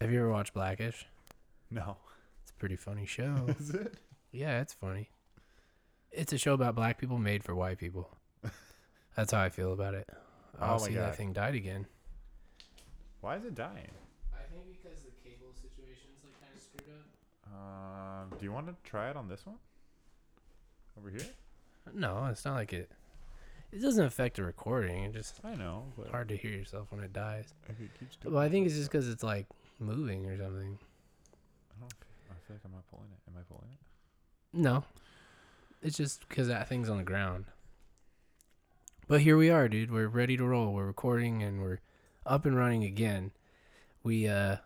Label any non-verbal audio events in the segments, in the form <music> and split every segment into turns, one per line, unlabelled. Have you ever watched Blackish?
No.
It's a pretty funny show.
<laughs> Is it?
yeah, it's funny. It's a show about black people made for white people. That's how I feel about it.
Oh
I'll
my
see
God.
that thing died again.
<laughs> Why is it dying?
I think because the cable situation's like kind of screwed up.
Um, do you want to try it on this one? Over here?
No, it's not like it. It doesn't affect the recording. It's just
I know, but
hard to hear yourself when it dies.
if it keeps doing
Well, I think
this,
it's just because it's like moving or something.
I don't. I feel like I'm not pulling it. Am I pulling it?
No, it's just because that thing's on the ground. But here we are, dude. We're ready to roll. We're recording and we're up and running again. We uh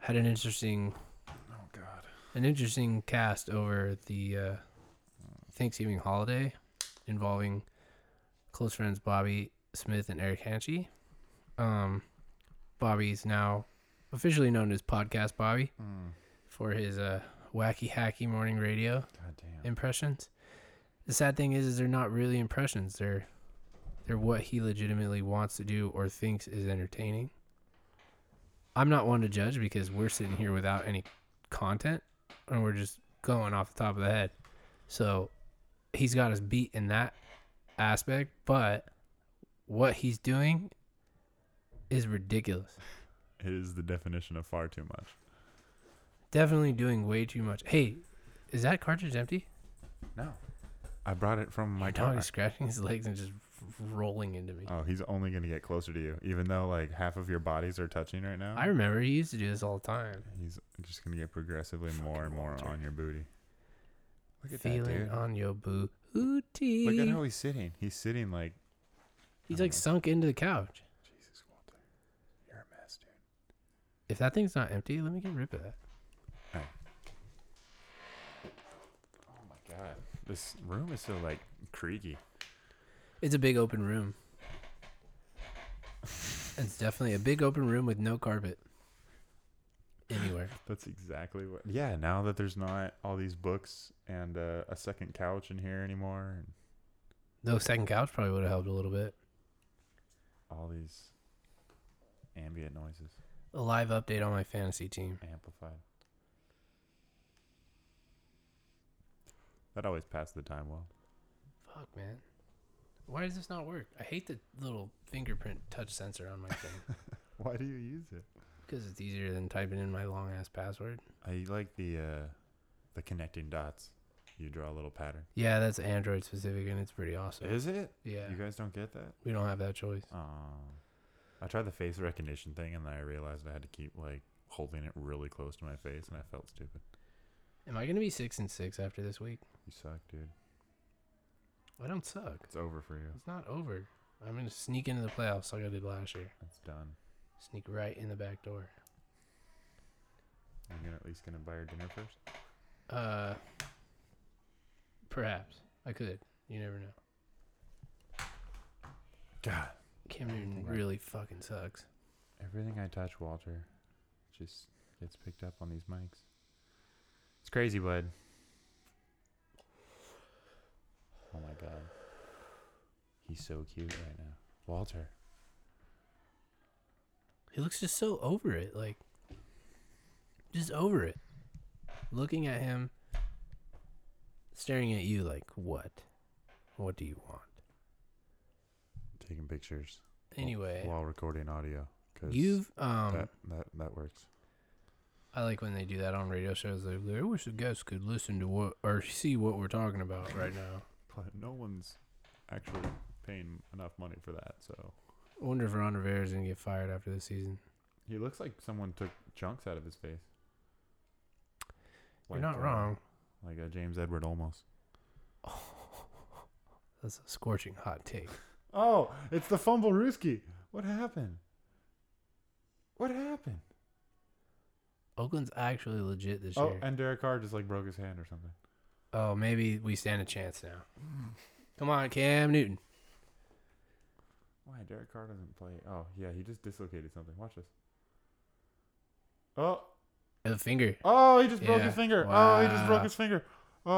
had an interesting
Oh God.
an interesting cast over the uh, Thanksgiving holiday involving close friends Bobby Smith and Eric Hanchy. Um, Bobby's now officially known as Podcast Bobby
Mm.
for his uh, wacky hacky morning radio
God damn.
impressions. The sad thing is, is they're not really impressions. They're they're what he legitimately wants to do or thinks is entertaining. I'm not one to judge because we're sitting here without any content and we're just going off the top of the head. So he's got us beat in that aspect, but what he's doing is ridiculous.
It is the definition of far too much.
Definitely doing way too much. Hey, is that cartridge empty?
No. I brought it from my
My
car.
dog is scratching his legs and just rolling into me.
Oh, he's only gonna get closer to you, even though like half of your bodies are touching right now.
I remember he used to do this all the time.
he's just gonna get progressively more and more
Walter.
on your booty. Look at
Feeling
that dude.
on your
Look at
booty.
how Oh. he's sitting. He's sitting like
He's like sunk into the couch.
Jesus, Walter. You're a mess, dude.
If that thing's not empty, let me get rid of that.
Oh my god, this room is so like creaky.
It's a big open room. it's definitely a big open room with no carpet anywhere.
That's exactly what. Yeah, now that there's not all these books and uh, a second couch in here anymore, and
Though second couch probably would have helped a little bit.
all these ambient noises
A live update on my fantasy team.
amplified. That always passed the time well.
Fuck, man. Why does this not work? I hate the little fingerprint touch sensor on my
<laughs>
thing
Why do you use it?
because it's easier than typing in my long ass password.
I like the uh, the connecting dots. You draw a little pattern.
Yeah, that's Android specific and it's pretty awesome.
Is it?
Yeah.
You guys don't get that?
We don't have that choice.
Um, I tried the face recognition thing, and then I realized I had to keep like holding it really close to my face, and I felt stupid.
Am I gonna be six and six after this week?
You suck, dude.
I don't suck.
It's over for you.
It's not over. I'm gonna sneak into the playoffs like I did last year.
It's done.
Sneak right in the back door.
Are you gonna, at least gonna buy your dinner first?
Uh, perhaps I could. You never know.
God,
Cam Newton
Right.
really fucking sucks.
everything I touch, Walter, just gets picked up on these mics. It's crazy, bud. Oh my God, he's so cute right now, Walter.
He looks just so over it. Like, just over it. Looking at him, staring at you. Like, what? What do you want?
Taking pictures
Anyway,
while recording audio. Cause
you've um.
that, that that works.
I like when they do that on radio shows. Like, I wish the guests could listen to what or see what we're talking about right now.
But no one's actually paying enough money for that. So
I wonder if Ron Rivera is gonna get fired after this season.
he looks like someone took chunks out of his face.
You're not
uh,
wrong.
Like a James Edward almost.
That's a scorching hot take.
Oh, it's the fumble Ruski. What happened? What happened?
Oakland's actually legit this
Oh,
year.
and Derek Carr just like broke his hand or something.
oh, maybe we stand a chance now. Come on, Cam Newton.
Why Derek Carr doesn't play? Oh, yeah, he just dislocated something. Watch this. Oh,
The finger.
oh, he just broke
Yeah.
his finger. Oh, he just
Wow.
broke his finger. Oh,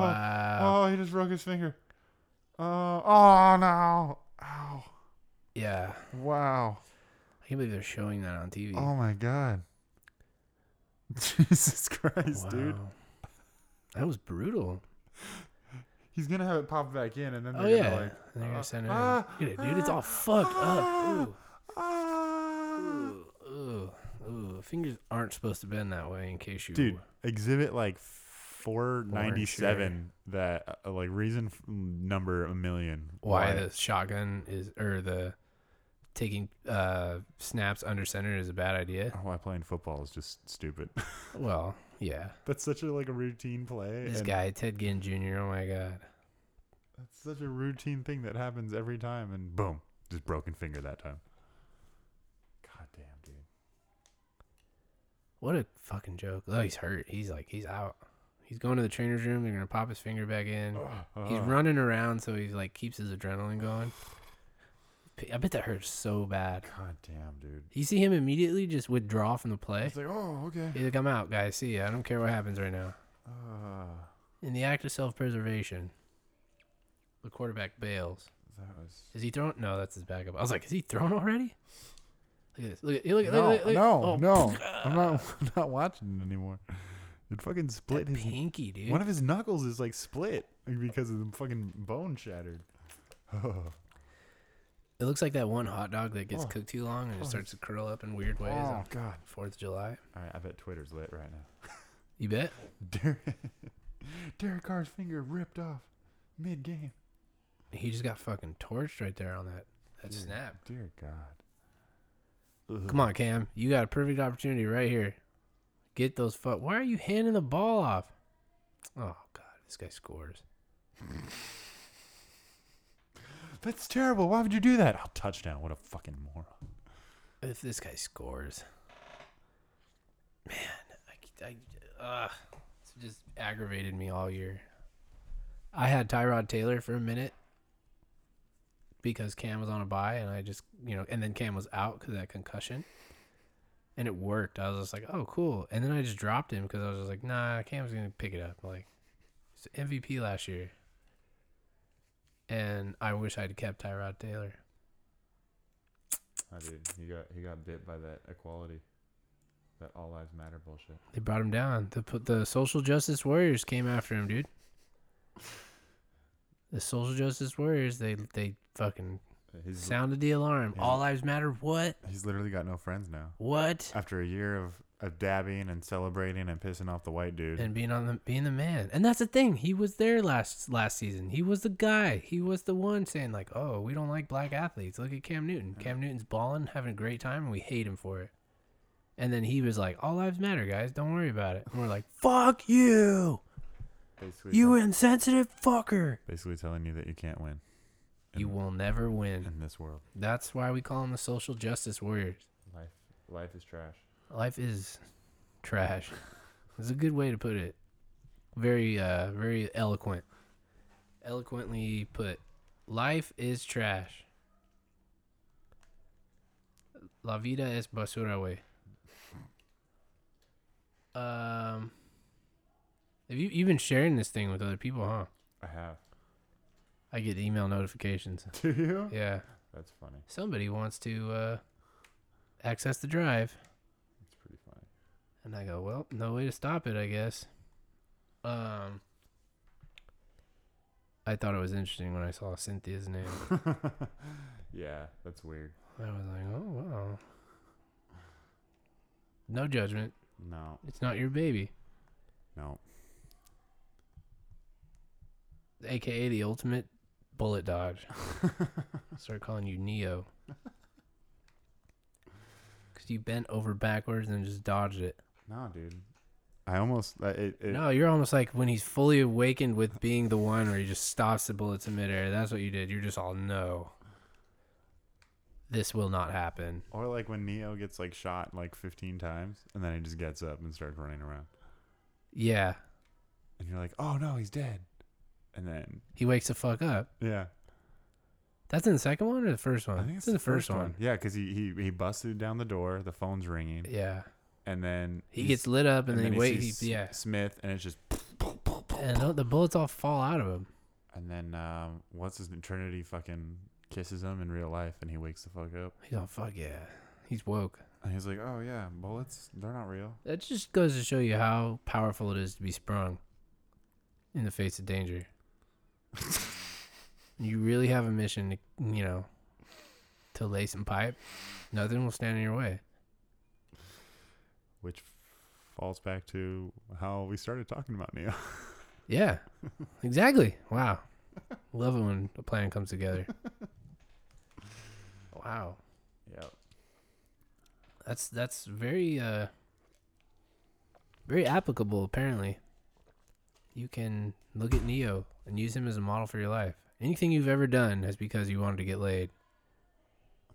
wow.
Oh, he just broke his finger. Oh, oh no. Ow.
Yeah.
Wow.
I can't believe they're showing that on TV.
Oh my god. <laughs> Jesus Christ, dude.
Wow. That was brutal.
He's gonna have it pop back in, and then they're
Oh
gonna
yeah,
like,
and they're
uh,
gonna send it.
ah,
in. Look at it, dude. It's all fucked up.
ah.
Ooh, ooh, ooh, ooh. Fingers aren't supposed to bend that way. In case you,
Dude, exhibit like four ninety seven. That uh, like reason f- number a million.
why the shotgun is or the taking uh snaps under center is a bad idea.
why playing football is just stupid. <laughs>
Well, yeah.
That's such a like a routine play.
This
and
guy Ted Ginn Jr. Oh my god.
That's such a routine thing that happens every time, and boom, just broken finger that time. God damn, dude.
What a fucking joke. Oh, he's hurt. He's like, he's out. He's going to the trainer's room. They're going to pop his finger back in.
Oh,
He's
Ugh.
running around, so he's like, keeps his adrenaline going. P- I bet that hurts so bad.
God damn, dude.
You see him immediately just withdraw from the play.
He's like, oh, okay.
He's like, I'm out, guys. See ya. I don't care what happens right now.
Ah,
In the act of self preservation, the quarterback bails.
that was.
Is he throwing? No, that's his backup. I was like, is he thrown already? Look at this. Look at, look at,
No,
look at, look at
no,
oh,
no. I'm not, <laughs> I'm not watching it anymore. It fucking split
that
his.
pinky, dude.
One of his knuckles is like split because of the fucking bone shattered. <sighs> Oh,
It looks like that one hot dog that gets
Oh.
cooked too long and it
Oh.
starts to curl up in weird ways on
God.
Fourth of July.
All right, I bet Twitter's lit right now.
You bet.
<laughs> Derek, Derek Carr's finger ripped off mid game.
He just got fucking torched right there on that that
Dude.
snap.
Dear God.
Come on, Cam. You got a perfect opportunity right here. Get those fuck. Why are you handing the ball off? Oh God, this guy scores.
That's terrible. Why would you do that? Oh, touchdown. What a fucking moron.
If this guy scores, man, I, I uh, it's just aggravated me all year. I had Tyrod Taylor for a minute because Cam was on a bye, and I just you know, and then Cam was out because of that concussion, and it worked. I was just like, oh cool, and then I just dropped him because I was just like, nah, Cam's gonna pick it up. Like, he's the MVP last year, and I wish I'd kept Tyrod Taylor.
I did. He got he got bit by that equality, that all lives matter bullshit.
They brought him down. The p- the social justice warriors came after him, dude. The social justice warriors, they they fucking
He's
sounded the alarm.
his-
All lives matter. What?
he's literally got no friends now.
What?
After a year of, of dabbing and celebrating and pissing off the white dude.
And being on the being the man. And that's the thing. He was there last last season. He was the guy. He was the one saying like, "Oh, we don't like black athletes. Look at Cam Newton. Cam Newton's balling, having a great time, and we hate him for it." And then he was like, "All lives matter, guys. Don't worry about it." And we're like, "Fuck you.
basically,
You
tell-
insensitive fucker.
basically telling you that you can't win
You will never win."
in this world.
That's why we call them the social justice warriors.
Life life is trash.
Life is trash. It's a good way to put it. Very, uh, very eloquent. Eloquently put. Life is trash. La vida es basura, way. Um, have you you've been sharing this thing with other people, huh?
I have. <laughs>
I get email notifications.
Do you?
Yeah,
That's funny.
somebody wants to uh, access the drive.
It's pretty funny.
And I go, well, no way to stop it, I guess. Um, I thought it was interesting when I saw Cynthia's name.
<laughs> yeah, that's weird.
I was like, oh wow. No judgment.
No,
It's not your baby,
no.
aka the ultimate bullet dodge. Start calling you Neo. Cause you bent over backwards and just dodged it.
No, dude. I almost uh, it, it,
No, you're almost like when he's fully awakened with being the one where he just stops the bullets in midair. That's what you did. You're just all no. This will not happen.
or like when Neo gets like shot like 15 times and then he just gets up and starts running around.
Yeah.
And you're like, "Oh no, he's dead." And then
He wakes the fuck up.
yeah,
That's in the second one or the first one?
I think it's the, first one. Yeah, cuz he, he he busted down the door, the phone's ringing,
Yeah.
and then
He
he's-
gets lit up and, then, he waits.
sees
He, yeah.
Smith and it's just
And the- the bullets all fall out of him.
and then um what's his name? Trinity fucking kisses him in real life and he wakes the fuck up.
He's all fuck yeah. He's woke.
And he's like, oh yeah, bullets, they're not real.
That just goes to show you how powerful it is to be sprung in the face of danger. you really have a mission to, you know, to lay some pipe. Nothing will stand in your way.
Which falls back to how we started talking about <laughs> Neo.
Yeah, exactly. Wow. Love it when a plan comes together. Wow.
Yep.
That's that's very uh very applicable apparently. You can look at Neo and use him as a model for your life. Anything you've ever done is because you wanted to get laid.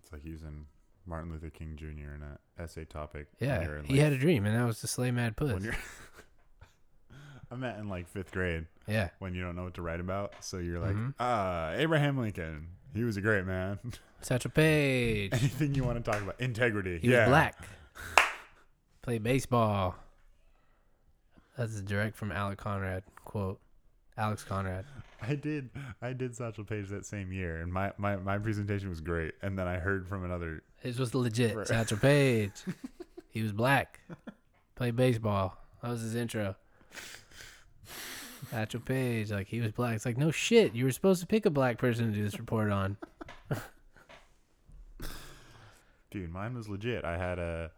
It's like using Martin Luther King Jr. in a essay topic. when you're
Yeah.
in,
He
like-
had a dream and that was to slay mad
when
puss.
you're. <laughs> I met in like fifth grade
Yeah.
when you don't know what to write about, so you're like,
Mhm.
ah, Abraham Lincoln. He was a great man. <laughs>
Satchel Paige.
Anything you want to talk about, integrity.
He
<laughs> yeah,
was black. Played baseball. That's direct from Alec Conrad quote. Alex Conrad.
I did. I did Satchel Page that same year, and my, my, my presentation was great. And then I heard from another.
His was legit.
Right.
Satchel
<laughs>
Paige. he was black. Played baseball. That was his intro. Satchel Paige, like he was black. It's like no shit. You were supposed to pick a black person to do this report on.
Dude, mine was legit. I had a,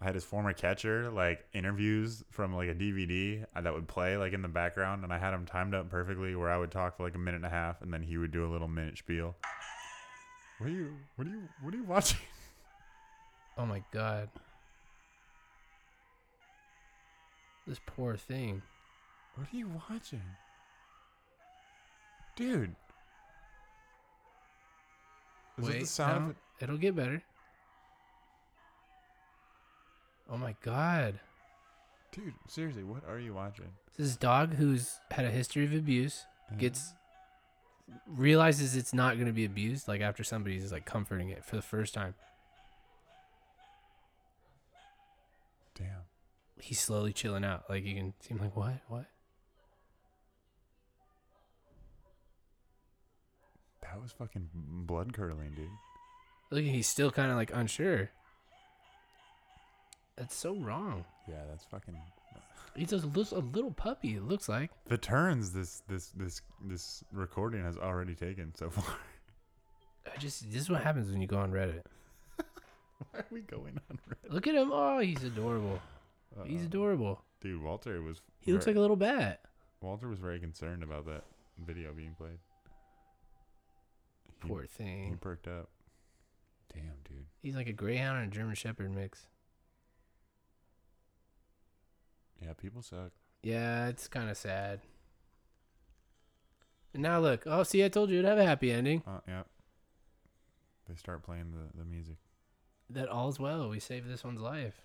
I had his former catcher like interviews from like a DVD uh, that would play like in the background, and I had him timed up perfectly where I would talk for like a minute and a half, and then he would do a little minute spiel. What are you? What are you? What are you watching? <laughs>
Oh my god. This poor thing.
What are you watching? Dude. Is it
Wait,
the sound
no,
of it?
it'll get better. Oh my god.
Dude, seriously, what are you watching?
This dog who's had a history of abuse gets realizes it's not going to be abused like after somebody's like comforting it for the first time.
Damn.
He's slowly chilling out. Like you can seem like what? What?
That was fucking blood curdling, dude.
Look, he's still kind of like unsure. That's so wrong.
Yeah, that's fucking
He's just a little, a little puppy. It looks like.
the turns this this this this recording has already taken so <laughs> far.
I just this is what happens when you go on Reddit.
Why are we going on red?
Look at him. Oh, he's adorable.
Uh,
He's adorable.
dude, Walter was
He looks like a little bat.
Walter was very concerned about that video being played. He- Mm-hmm.
Poor
He
thing.
perked up. Damn, dude.
He's like a greyhound and a German shepherd mix.
Yeah, people suck.
Yeah, it's kind of sad. And now look. Oh, see, I told you it'd have a happy ending.
Uh, yeah. They start playing the, the music.
That all's well. We saved this one's life. <laughs>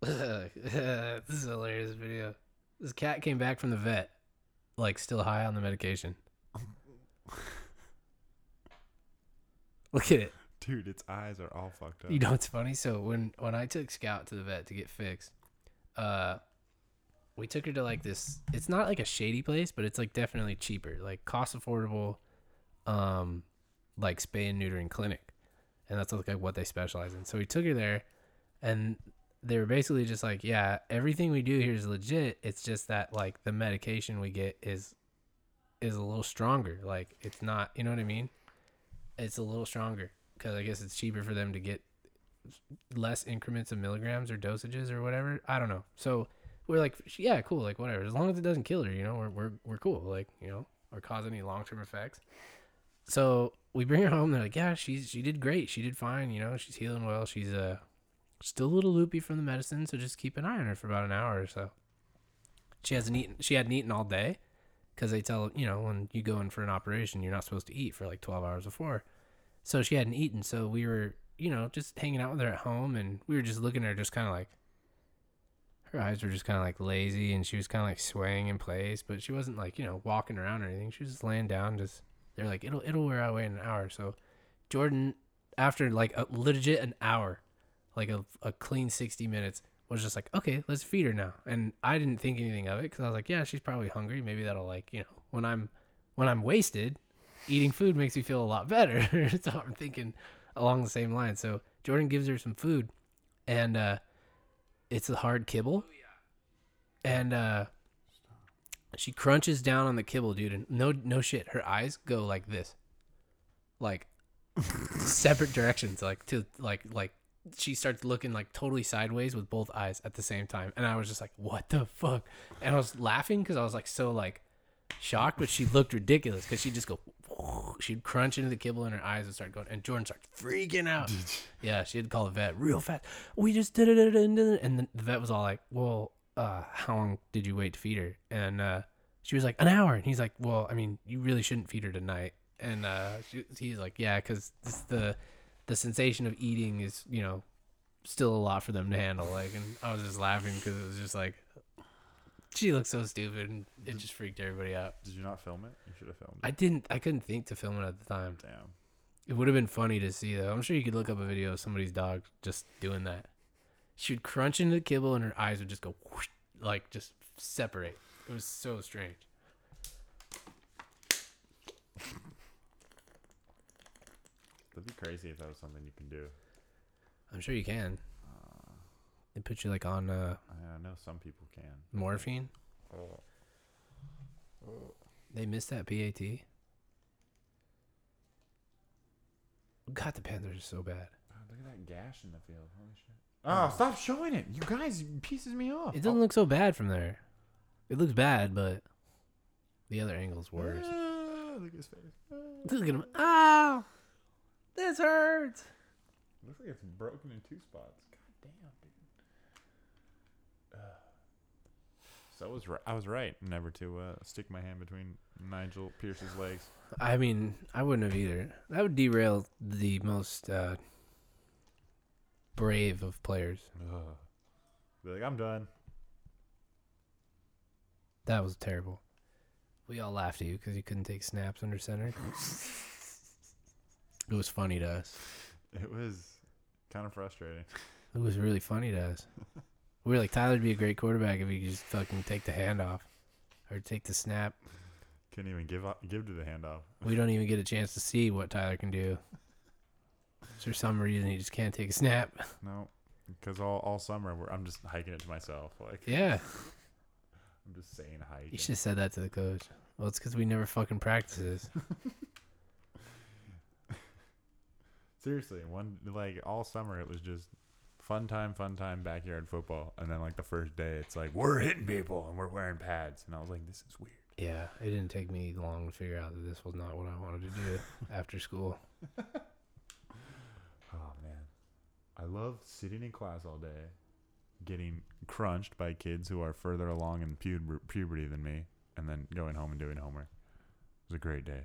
this is a hilarious video. This cat came back from the vet, like still high on the medication. <laughs> Look at it.
Dude, its eyes are all fucked up.
You know what's funny? So when when I took Scout to the vet to get fixed, uh, we took her to like this. It's not like a shady place, but it's like definitely cheaper, like cost affordable, um, like spay and neutering clinic, and that's like what they specialize in. So we took her there, and they were basically just like, yeah, everything we do here is legit. It's just that like the medication we get is is a little stronger. Like it's not, you know what I mean? It's a little stronger because I guess it's cheaper for them to get less increments of milligrams or dosages or whatever. I don't know. So we're like, yeah, cool, like whatever. As long as it doesn't kill her, you know, we're we're we're cool. Like you know, or cause any long term effects. So we bring her home. They're like, yeah, she's she did great. She did fine. You know, she's healing well. She's uh still a little loopy from the medicine, so just keep an eye on her for about an hour or so. She hasn't eaten. She hadn't eaten all day because they tell you know when you go in for an operation, you're not supposed to eat for like twelve hours before. So she hadn't eaten. So we were you know just hanging out with her at home, and we were just looking at her, just kind of like. Her eyes were just kind of like lazy, and she was kind of like swaying in place, but she wasn't like you know walking around or anything. She was just laying down. Just they're like it'll it'll wear away in an hour. So Jordan, after like a legit an hour, like a, a clean 60 minutes was just like okay let's feed her now and i didn't think anything of it because i was like yeah she's probably hungry maybe that'll like you know when i'm when i'm wasted eating food makes me feel a lot better. <laughs> so I'm thinking along the same line. So Jordan gives her some food, and uh, it's a hard kibble, and uh, she crunches down on the kibble, dude. And no, no shit, her eyes go like this, like separate directions, like to like like she starts looking like totally sideways with both eyes at the same time and i was just like what the fuck and i was laughing because i was like so like shocked but she looked ridiculous because she'd just go <laughs> she'd crunch into the kibble and her eyes would start going and jordan started freaking out yeah she had to call the vet real fast we just did it did it, did it," and then the vet was all like well uh how long did you wait to feed her and uh she was like an hour and he's like well i mean you really shouldn't feed her tonight and uh she, he's like yeah because the the sensation of eating is you know still a lot for them to handle like and i was just laughing because it was just like she looked so stupid and it just freaked everybody out
Did you not film it? You should have filmed it.
i didn't i couldn't think to film it at the time
Damn.
it would have been funny to see though i'm sure you could look up a video of somebody's dog just doing that she would crunch into the kibble and her eyes would just go whoosh, like just separate it was so strange
That'd be crazy if that was something you can do.
i'm sure you can it puts you like on uh
I, mean, I know some people can.
morphine They missed that PAT. God, the Panthers are so bad.
look at that gash in the field. Holy shit. Oh, stop showing it. You guys it pisses me off.
It doesn't look so bad from there. It looks bad, but the other angle's
Oh,
worse.
ah, look at his face. Ah.
Look at him. Ow! This hurts.
Looks like it's broken in two spots. God damn, dude. Ugh. So I was right. I was right never to uh, stick my hand between Nigel Pierce's legs.
I mean, I wouldn't have either. That would derail the most uh, brave of players.
Ugh. Be like, I'm done.
That was terrible. We all laughed at you because you couldn't take snaps under <laughs> center. it was funny to us.
It was kind of frustrating.
It was really funny to us. We were like, Tyler'd be a great quarterback if he could just fucking take the handoff or take the snap.
Couldn't even give up, give to the handoff.
We don't even get a chance to see what Tyler can do. For some reason, he just can't take a snap.
No, because all, all summer we're, I'm just hiking it to myself. Like
Yeah,
I'm just saying
you
hiking.
should have said that to the coach. Well, it's because we never fucking practice this.
Seriously, one like all summer it was just fun time, fun time, backyard football, and then like the first day it's like we're hitting people and we're wearing pads, and I was like, this is weird.
<laughs> Yeah, it didn't take me long to figure out that this was not what I wanted to <laughs> do after school.
Oh man, I love sitting in class all day, getting crunched by kids who are further along in pu- puberty than me, and then going home and doing homework. It was a great day.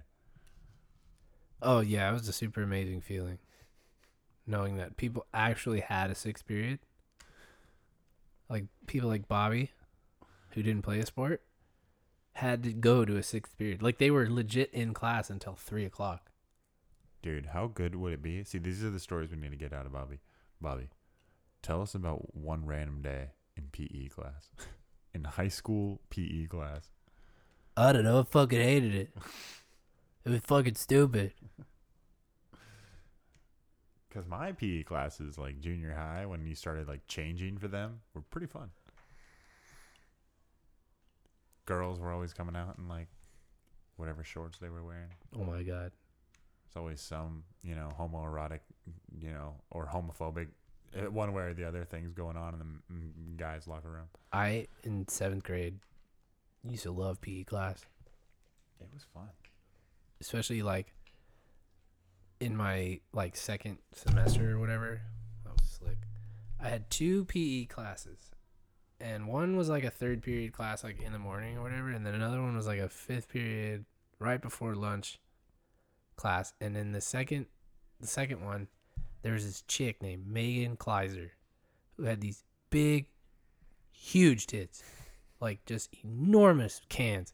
Oh yeah, it was a super amazing feeling. Knowing that people actually had a sixth period. Like people like Bobby, who didn't play a sport, had to go to a sixth period. Like they were legit in class until three o'clock.
Dude, how good would it be? See, these are the stories we need to get out of Bobby. Bobby, tell us about one random day in PE class, <laughs> in high school PE class.
I don't know, I fucking hated it. It was fucking stupid.
Because my PE classes, like junior high, when you started like changing for them, were pretty fun. Girls were always coming out in like whatever shorts they were wearing.
Oh my god.
It's always some, you know, homoerotic, you know, or homophobic, eh, one way or the other, things going on in the m- m- guys' locker room.
I in seventh grade used to love PE class.
It was fun.
especially like in my like second semester or whatever. That was slick. I had two PE classes, and one was like a third period class, like in the morning or whatever, and then another one was like a fifth period right before lunch class. And then the second, the second one, there was this chick named Megan Kleiser, who had these big, huge tits, like just enormous cans.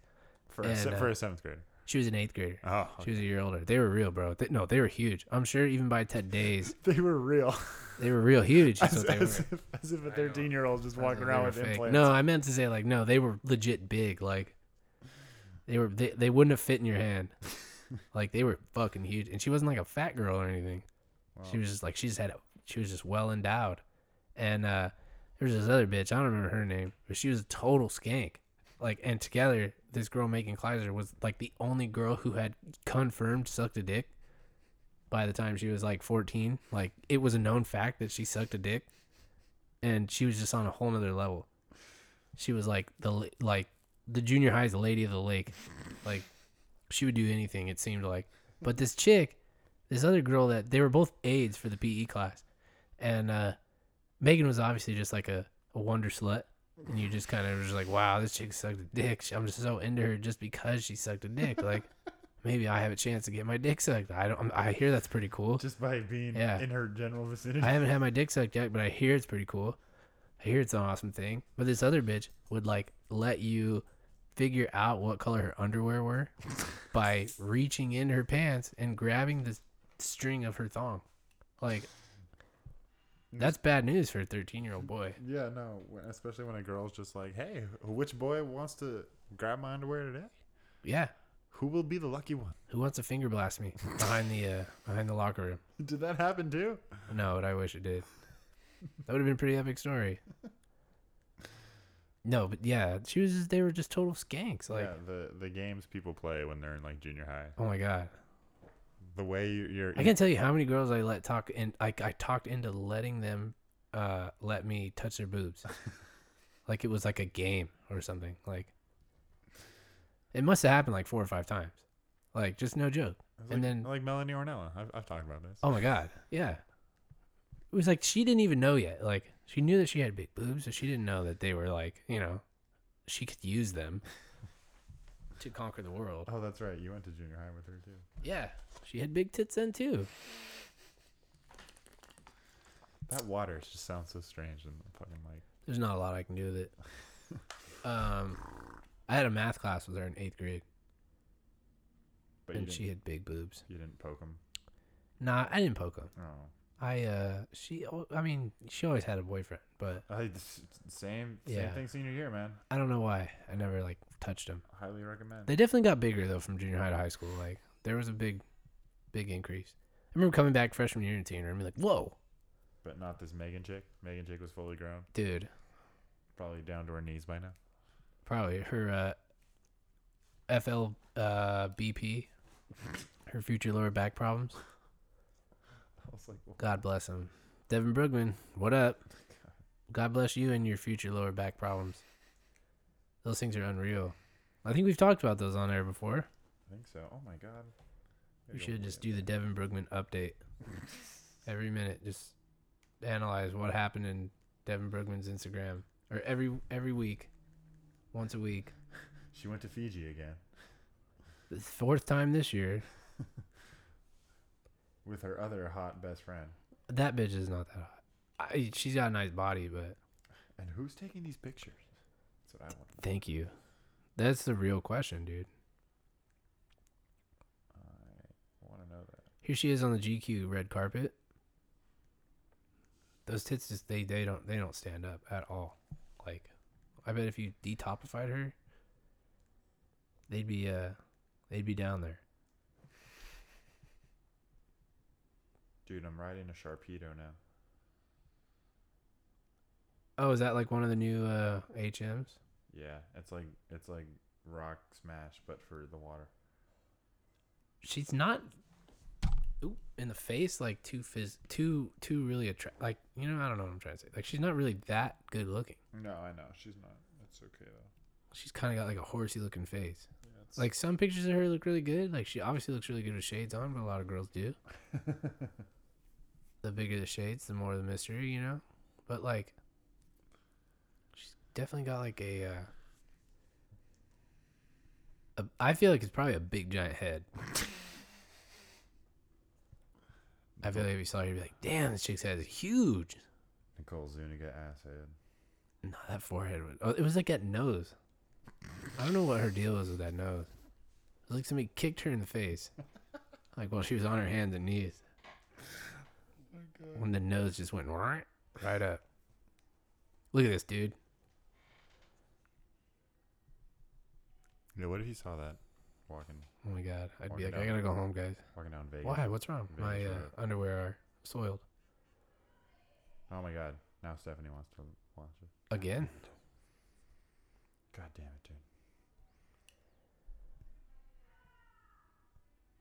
For, a,
And,
se-
uh,
for a seventh grader.
She was an eighth grader.
Oh,
She was a year older. They were real, bro. They, no, they were huge. I'm sure even by Ted Days,
they were real.
they were real
<laughs>
huge. is
as,
what they
as
were.
if, as if a 13 year old just walking
They
around
were
with
fake.
implants.
No, I meant to say
<laughs>
like no, they were legit big. Like they were they, they wouldn't have fit in your hand. like they were fucking huge, and she wasn't like a fat girl or anything. She was just like she just had a, she was just well endowed, and uh, there was this other bitch I don't remember her name, but she was a total skank. Like and together, this girl Megan Kleiser was like the only girl who had confirmed sucked a dick. By the time she was like fourteen, like it was a known fact that she sucked a dick, and she was just on a whole nother level. She was like the la- like the junior high's lady of the lake, like she would do anything. It seemed like, but this chick this other girl that they were both aides for the PE class, and uh, Megan was obviously just like a, a wonder slut, and you just kind of was like, wow, this chick sucked a dick. She- I'm just so into her just because she sucked a dick. Like, maybe I have a chance to get my dick sucked. I don't. I hear that's pretty cool.
just by being
Yeah.
in her general vicinity.
I haven't had my dick sucked yet, but I hear it's pretty cool. I hear it's an awesome thing. But this other bitch would like let you figure out what color her underwear were by reaching in her pants and grabbing the string of her thong. Like that's bad news for a 13-year-old boy.
yeah, no, when- especially when a girl's just like, "Hey, which boy wants to grab my underwear today?
Yeah.
Who will be the lucky one?" <laughs>
Who wants to finger blast me behind the uh, behind the locker room?
Did that happen too?
No, but I wish it did. That would have been a pretty epic story. No, but yeah, she was just, they were just total skanks. Like,
yeah, the the games people play when they're in like junior high.
oh my god.
The way you- you're,
I can't tell you how many girls I let talk and like I talked into letting them uh let me touch their boobs. like it was like a game or something. Like it must have happened like four or five times. Like just no joke.
it's
and
like,
then-
like Melanie Ornella, I've, I've talked about this.
Oh my god. Yeah. It was like she didn't even know yet. Like she knew that she had big boobs, but she didn't know that they were like, you know, she could use them to conquer the world.
Oh, that's right. You went to junior high with her too.
Yeah. She had big tits then too.
That water just sounds so strange in the fucking like.
There's not a lot I can do with
<laughs>
it. Um, I had a math class with her in eighth grade,
But you
and
didn't,
she had big boobs.
you didn't poke him.
Nah, I didn't poke him.
Oh,
I uh, she, al- I mean, she always had a boyfriend, but
I, s- same same
Yeah.
thing senior year, man.
I don't know why. I never like touched him.
Highly recommend.
They definitely got bigger though from junior high to high school. Like there was a big, big increase. I remember coming back freshman year in teen room, and like, whoa,
but not this Megan chick. Megan chick was fully grown,
dude,
probably down to her knees by now. <laughs>
probably her uh, FL uh, BP, her future lower back problems.
I was like, well,
God bless him. Devin Brugman, what up? God bless you and your future lower back problems. Those things are unreal. I think we've talked about those on air before.
I think so. Oh my god.
We should just do the Devin Brugman update every minute. Just analyze what happened in Devin Brugman's Instagram, or every every week, once a week.
She went to Fiji again
The fourth time this year.
with her other hot best friend.
That bitch is not that hot. I, she's got a nice body, but
And who's taking these pictures? That's what I want.
thank you. That's the real question, dude.
I want to know that.
Here she is on the GQ red carpet. Those tits just they they don't they don't stand up at all. Like I bet if you detopified her, they'd be uh they'd be down there.
Dude, I'm riding a Sharpedo now.
Oh, is that like one of the new uh HMs?
Yeah, it's like it's like rock smash, but for the water.
She's not Oop, in the face like too phys too too really attract like you know I don't know what I'm trying to say. Like she's not really that good looking.
No, I know she's not. That's okay though.
She's kind of got like a horsey looking face.
Yeah, it's
Like some pictures of her look really good. Like she obviously looks really good with shades on, but a lot of girls do. the bigger the shades, the more the mystery, you know. But like, she's definitely got like a. Uh, a I feel like it's probably a big giant head. I feel like if you saw her, you'd be like, "Damn, this chick's head is huge."
Nicole Zuniga asshead.
No, that forehead was. Oh, it was like that nose. I don't know what her deal was with that nose. It was like somebody kicked her in the face. Like while she was on her hands and knees. When the nose just went right right up. Look at this dude.
Yeah, what if you saw that walking
Oh my god, I'd
Walk
be
it
like,
out.
I gotta go home, guys.
walking down Vegas.
Why? What's wrong?
Vegas
My uh,
Road.
underwear are soiled
Oh my god. Now Stephanie wants to watch it.
again.
God damn it, dude.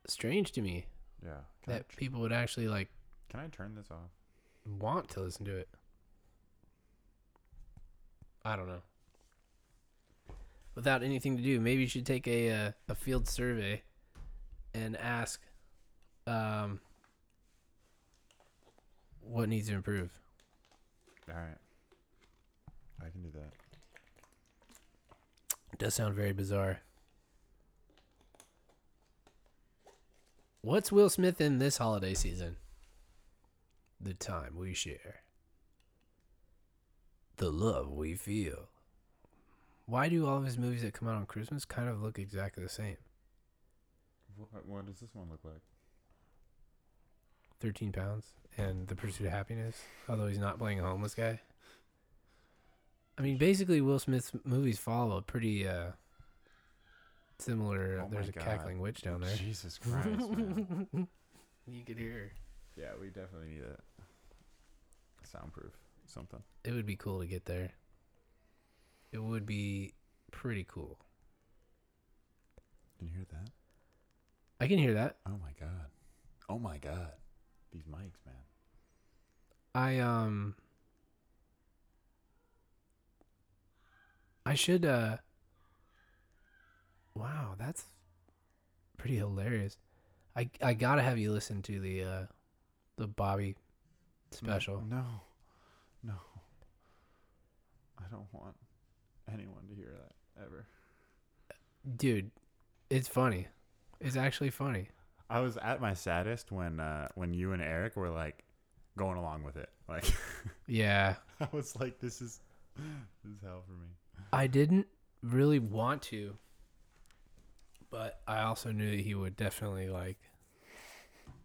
Strange to me
Yeah. Can,
that
I, tr-
people would actually like
can I turn this off?
want to listen to it. I don't know. Without anything to do, maybe you should take a a, a field survey and ask um, what needs to improve.
All right. I can do that.
It does sound very bizarre. What's Will Smith in this holiday season? The time we share. The love we feel. Why do all of his movies that come out on Christmas kind of look exactly the same?
What, what does this one look like?
13 pounds and The Pursuit of Happiness, although he's not playing a homeless guy. I mean, basically, Will Smith's movies follow a pretty uh, similar.
Oh my
there's a
God.
cackling witch down there. <laughs>
Jesus <laughs> Christ, man.
You could hear.
Yeah, we definitely need a a soundproof something.
It would be cool to get there. It would be pretty cool.
Can you hear that?
I can hear that.
Oh my god. Oh my god. These mics, man.
I um I should uh Wow, that's pretty hilarious. I I got to have you listen to the uh the Bobby special.
No. No. I don't want anyone to hear that ever.
Dude, it's funny. It's actually funny.
I was at my saddest when uh when you and Eric were like going along with it. <laughs> Like
Yeah.
I was like this is this is hell for me.
I didn't really want to, but I also knew that he would definitely like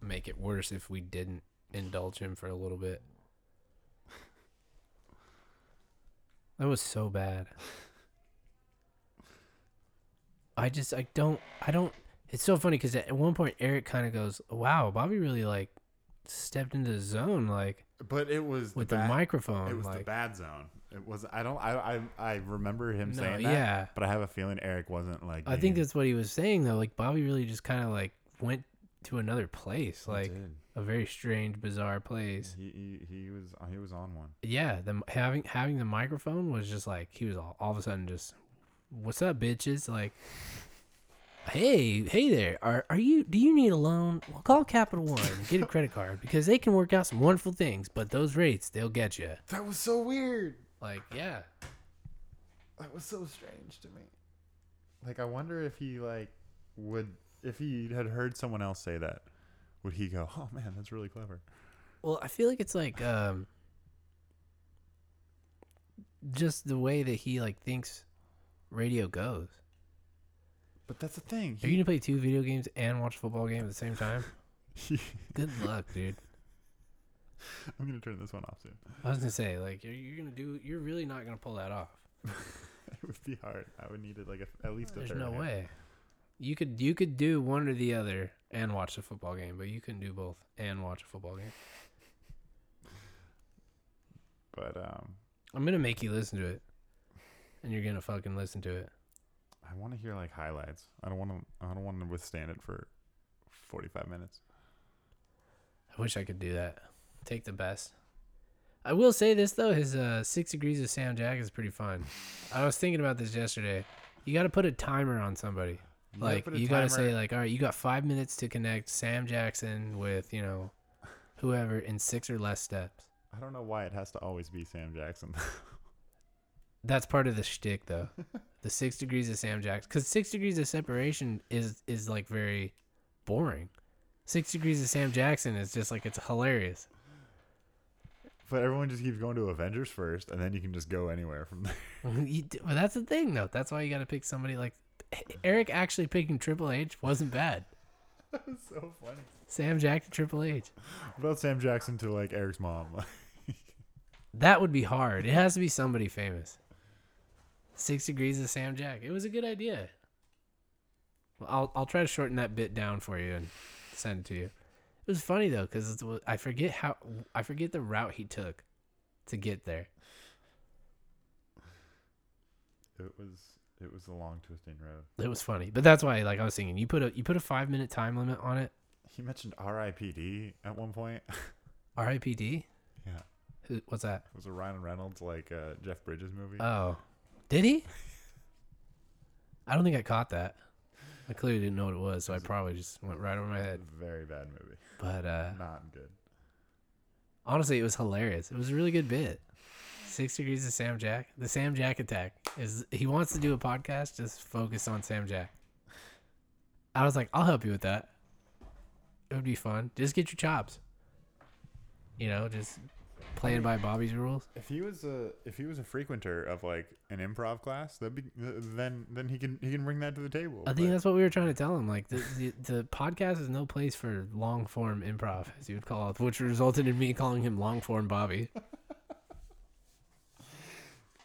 make it worse if we didn't indulge him for a little bit. That was so bad. I just I don't I don't it's so funny cuz at one point Eric kind of goes, "Wow, Bobby really like stepped into the zone like
But it was
with
the,
the,
bad,
microphone
It was
like
the bad zone. It was I don't I I, I remember him
No,
saying that.
yeah.
But I have a feeling Eric wasn't like.
I think
being-
that's what he was saying though. Like Bobby really just kind of like went to another place,
He
like
did.
a very strange, bizarre place.
he, he he was he was on one.
Yeah, the having having the microphone was just like he was all, all of a sudden just, "What's up, bitches?" Like, "Hey, hey there. Are are you? Do you need a loan? Well, call Capital One. Get a credit card because they can work out some wonderful things. But those rates, they'll get you."
That was so weird.
Like, yeah,
That was so strange to me. Like I wonder if he like would if he had heard someone else say that, would he go, "Oh man, that's really clever."
Well, I feel like it's like um just the way that he like thinks radio goes.
But that's the thing.
Are you gonna play two video games and watch a football game at the same time?
<laughs> He-
Good luck, dude.
I'm gonna turn this one off soon. <laughs>
I was gonna say, like, you're, you're gonna do, you're really not gonna pull that off.
It would be hard. I would need it like a, at least a
There's
third
no
hand.
way. You could, you could do one or the other and watch a football game, but you couldn't do both and watch a football game.
But um,
I'm gonna make you listen to it, and you're gonna fucking listen to it.
I want to hear like highlights. I don't want to. I don't want to withstand it for 45 minutes.
I wish I could do that. Take the best. I will say this though, his uh, six degrees of Sam Jack is pretty fun. I was thinking about this yesterday. You got to put a timer on somebody.
You gotta
Like
put a
you got to
timer-
say like, all right, you got five minutes to connect Sam Jackson with you know whoever in six or less steps.
I don't know why it has to always be Sam Jackson. <laughs>
That's part of the shtick though. the six degrees of Sam Jackson, because six degrees of separation is is like very boring. Six degrees of Sam Jackson is just like it's hilarious.
But everyone just keeps going to Avengers first, and then you can just go anywhere from
<laughs>
there.
You d- well, that's the thing, though. That's why you got to pick somebody like Eric. Actually, picking Triple H wasn't bad.
It's so funny.
Sam Jack to Triple H.
What about Sam Jackson to like Eric's mom? <laughs>
That would be hard. It has to be somebody famous. Six Degrees of Sam Jack. It was a good idea. Well, I'll I'll try to shorten that bit down for you and send it to you. It was funny though because I forget how I forget the route he took to get there.
It was it was a long twisting road.
It was funny, but that's why like I was thinking you put a you put a five minute time limit on it.
He mentioned R.I.P.D. at one point. <laughs>
R.I.P.D.
yeah,
Who- What's that?
it was a Ryan Reynolds like uh, Jeff Bridges movie.
Oh, did he? I don't think I caught that. I clearly didn't know what it was, so I probably just went right over my head.
Very bad movie.
But uh,
Not good.
honestly, it was hilarious. It was a really good bit. Six degrees of Sam Jack. The Sam Jack attack is he wants to do a podcast, just focus on Sam Jack. I was like, I'll help you with that. It would be fun. Just get your chops. You know, just playing by Bobby's rules.
If he was a if he was a frequenter of like an improv class, that be then then he can he can bring that to the table.
I think
but
that's what we were trying to tell him. Like the, the the podcast is no place for long form improv, as you would call it, which resulted in me calling him long form Bobby.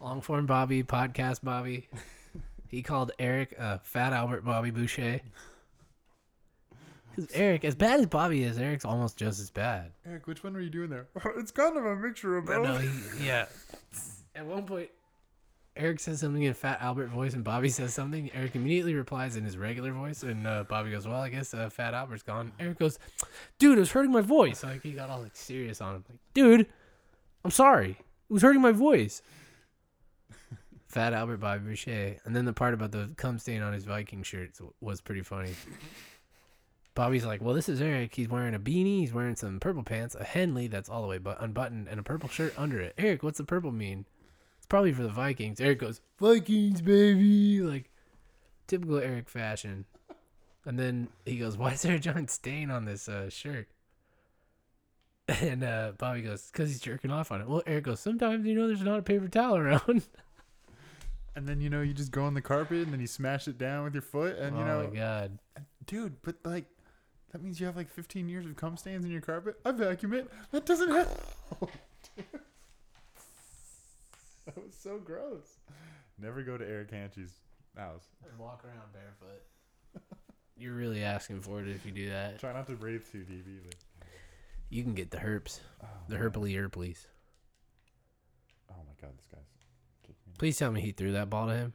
long form Bobby, podcast Bobby. He called Eric uh, Fat Albert Bobby Boucher. Because Eric, as bad as Bobby is, Eric's almost just as bad.
Eric, which one were you doing there? <laughs> it's kind of a mixture of both.
No, he, yeah. At one point, Eric says something in Fat Albert voice, and Bobby says something. Eric immediately replies in his regular voice, and uh, Bobby goes, "Well, I guess uh, Fat Albert's gone." Eric goes, "Dude, it was hurting my voice." Like he got all like serious on him, like, "Dude, I'm sorry, it was hurting my voice." <laughs> Fat Albert, Bobby Boucher, and then the part about the cum stain on his Viking shirt was pretty funny. Bobby's like, well, this is Eric. He's wearing a beanie. He's wearing some purple pants, a Henley that's all the way but unbuttoned, and a purple shirt under it. Eric, what's the purple mean? It's probably for the Vikings. Eric goes, Vikings, baby. Like, typical Eric fashion. And then he goes, why is there a giant stain on this uh, shirt? <laughs> And uh, Bobby goes, because he's jerking off on it. Well, Eric goes, sometimes, you know, there's not a paper towel around. <laughs>
And then you know you just go on the carpet and then you smash it down with your foot and you
oh,
know
my God.
dude, but like that means you have like 15 years of cum stains in your carpet. I vacuum it. That doesn't <laughs> help. Dude. <laughs> that was so gross. Never go to Eric Hanchi's house.
And walk around barefoot. You're really asking for it if you do that.
Try not to breathe too deep either.
You can get the herps, the herpily herples.
Oh my god, this guy's kicking me.
Please tell me he threw that ball to him.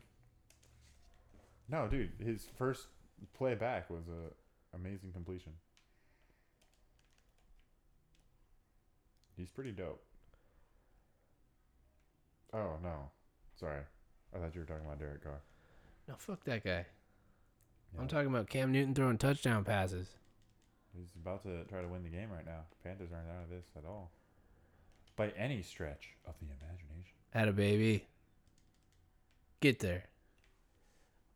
No, dude, his first play back was a amazing completion. He's pretty dope. Oh no, sorry, I thought you were talking about Derek Carr.
No, fuck that guy.
Yeah.
I'm talking about Cam Newton throwing touchdown passes.
He's about to try to win the game right now. Panthers aren't out of this at all, by any stretch of the imagination.
At a baby. Get there.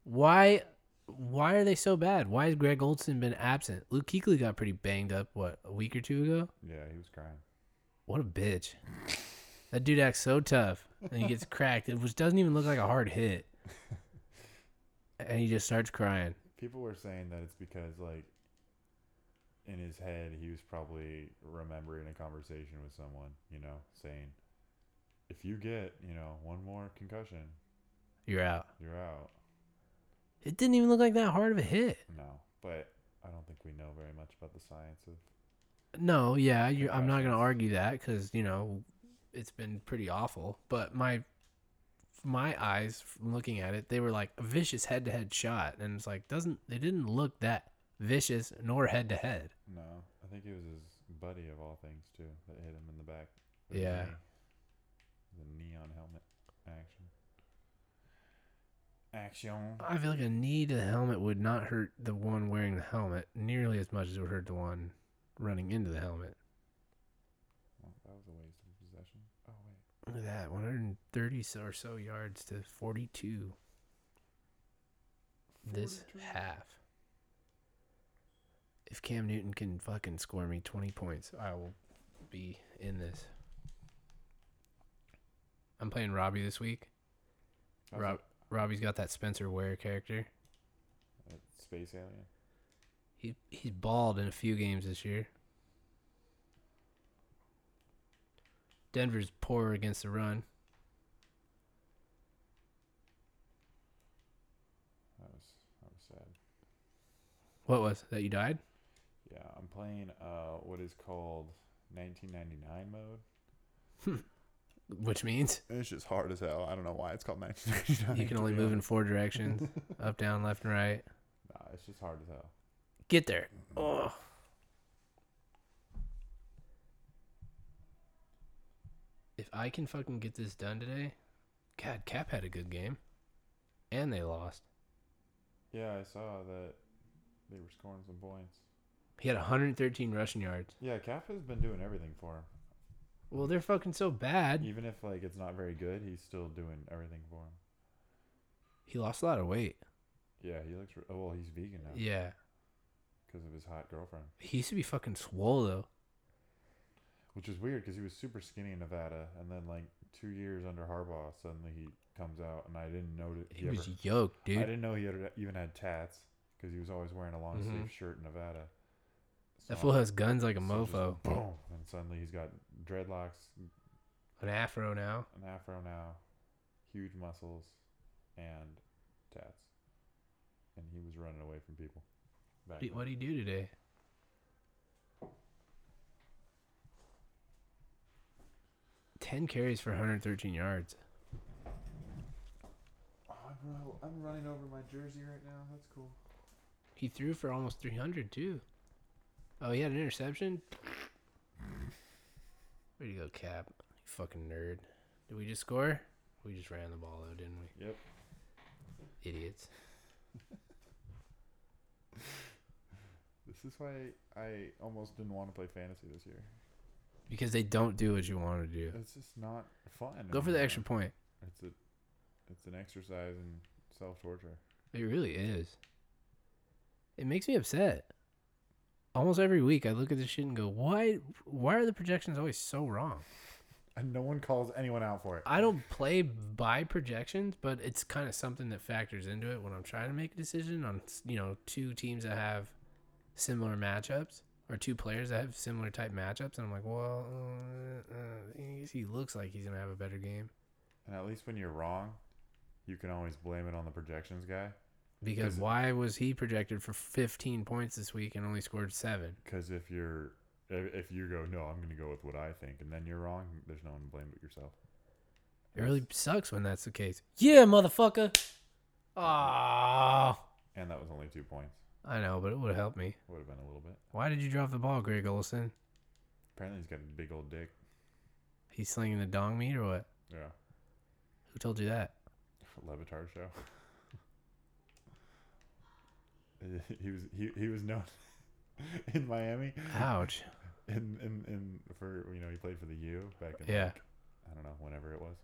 Why? Why are they so bad? Why has Greg Olson been absent? Luke Kuechly got pretty banged up. What a week or two ago.
Yeah, he was crying.
What a bitch. That dude acts so tough and he gets cracked, It which doesn't even look like a hard hit. And he just starts crying.
People were saying that it's because like in his head he was probably remembering a conversation with someone, you know, saying if you get, you know, one more concussion,
You're out.
you're out.
It didn't even look like that hard of a hit.
No, but I don't think we know very much about the science of
No, yeah, you I'm not going to argue that because you know it's been pretty awful. But my my eyes from looking at it, they were like a vicious head-to-head shot, and it's like doesn't they didn't look that vicious nor head-to-head.
no. I think it was his buddy of all things too that hit him in the back. with his
Yeah.
knee. The neon helmet action. Action.
I feel like a knee to the helmet would not hurt the one wearing the helmet nearly as much as it would hurt the one running into the helmet.
Well, that was a waste of possession. Oh wait.
Look at that, 130 so- or so yards to 42 this
42?
half. If Cam Newton can fucking score me 20 points, I will be in this. I'm playing Robbie this week.
That was a-
Rob, Robbie's got that Spencer Ware character.
a space alien.
He he's balled in a few games this year. Denver's poor against the run.
That was that was sad.
What was that? You died?
Yeah, I'm playing uh what is called 1999 mode.
Which means
And it's just hard as hell. I don't know why it's called 1999.
you can
to
only
be
move in
honest.
four
<laughs>
directions up, down, left, and right.
Nah, it's just hard as hell.
Get there. Oh. If I can fucking get this done today, God, Cap had a good game. And they lost.
Yeah, I saw that they were scoring some points.
He had 113 rushing yards.
Yeah, Cap has been doing everything for him.
Well, they're fucking so bad.
Even if like it's not very good, he's still doing everything for him.
He lost a lot of weight.
Yeah, he looks. Re- oh, well, he's vegan now
Yeah.
because of his hot girlfriend,
He used to be fucking swole, though.
which is weird because he was super skinny in Nevada, and then like two years under Harbaugh, suddenly he comes out, and I didn't notice.
He was yoked,
I
dude.
didn't know he had, even had tats because he was always wearing a long sleeve
Mhm.
shirt in Nevada.
That
So-
fool has guns like a
so just
mofo.
Boom, and suddenly he's got dreadlocks,
An afro now.
an afro now, huge muscles, and tats. And he was running away from people. Back
What
then.
do you do today? Ten carries for 113 yards.
Oh, bro, I'm running over my jersey right now. That's cool.
He threw for almost 300 too. Oh, he had an interception. Way to go, Cap. You fucking nerd. Did we just score? We just ran the ball though, didn't we?
Yep.
Idiots.
This is why I almost didn't want to play fantasy this year.
Because they don't do what you want to do.
It's just not fun.
Go for the
anymore.
extra point.
It's a, it's an exercise in self torture.
It really is. It makes me upset. Almost every week, I look at this shit and go, "Why? Why are the projections always so wrong?"
And no one calls anyone out for it.
I don't play by projections, but it's kind of something that factors into it when I'm trying to make a decision on you know two teams that have similar matchups or two players that have similar type matchups, and I'm like, well, uh, uh, he looks like he's gonna have a better game
And at least when you're wrong, you can always blame it on the projections guy
because
Because-
why was he projected for 15 points this week and only scored seven?
because if you're if if you go no, I'm going to go with what I think, and then you're wrong, there's no one to blame but yourself.
It really sucks when that's the case. Yeah, motherfucker. Ah,
And that was only two points.
I know, but it would have helped me.
Would have been a little bit.
Why did you drop the ball, Greg Olson?
Apparently, he's got a big old dick.
He's slinging the dong meat or what?
Yeah, <laughs>
Who told you that?
Levitar show. <laughs> he was he, he was known <laughs> in Miami
Ouch.
in, in in for you know he played for the U back in
Yeah.
like, I don't know whenever it was.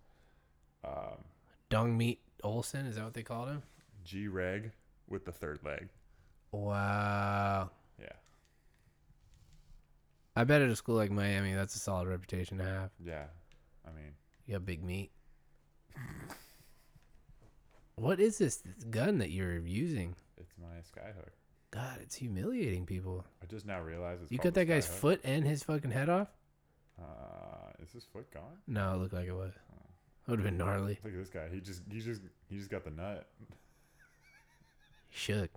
Um,
Dung meat Olson, is that what they called him?
G Reg with the third leg.
Wow.
Yeah.
I bet at a school like Miami, that's a solid reputation to have.
Yeah. I mean,
You got big meat. What is this gun that you're using?
it's my skyhook.
God, it's humiliating people.
I just now realized it's
You cut
called the
that guy's
Skyhook.
foot and his fucking head off?
Uh, is his foot gone?
No, it looked like it was. Would have been gnarly.
Look at this guy. He just he just he just got the nut.
Shook.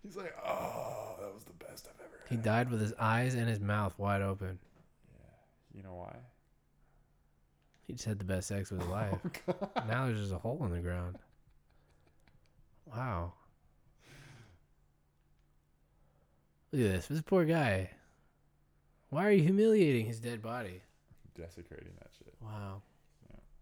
He's like, oh, that was the best I've ever.
He
had."
died with his eyes and his mouth wide open.
You know why?
He just had the best sex of his <laughs>
Oh, <laughs>
life. now there's just a hole in the ground. Wow. Look at this. This poor guy. Why are you humiliating his dead body?
Desecrating that shit.
Wow.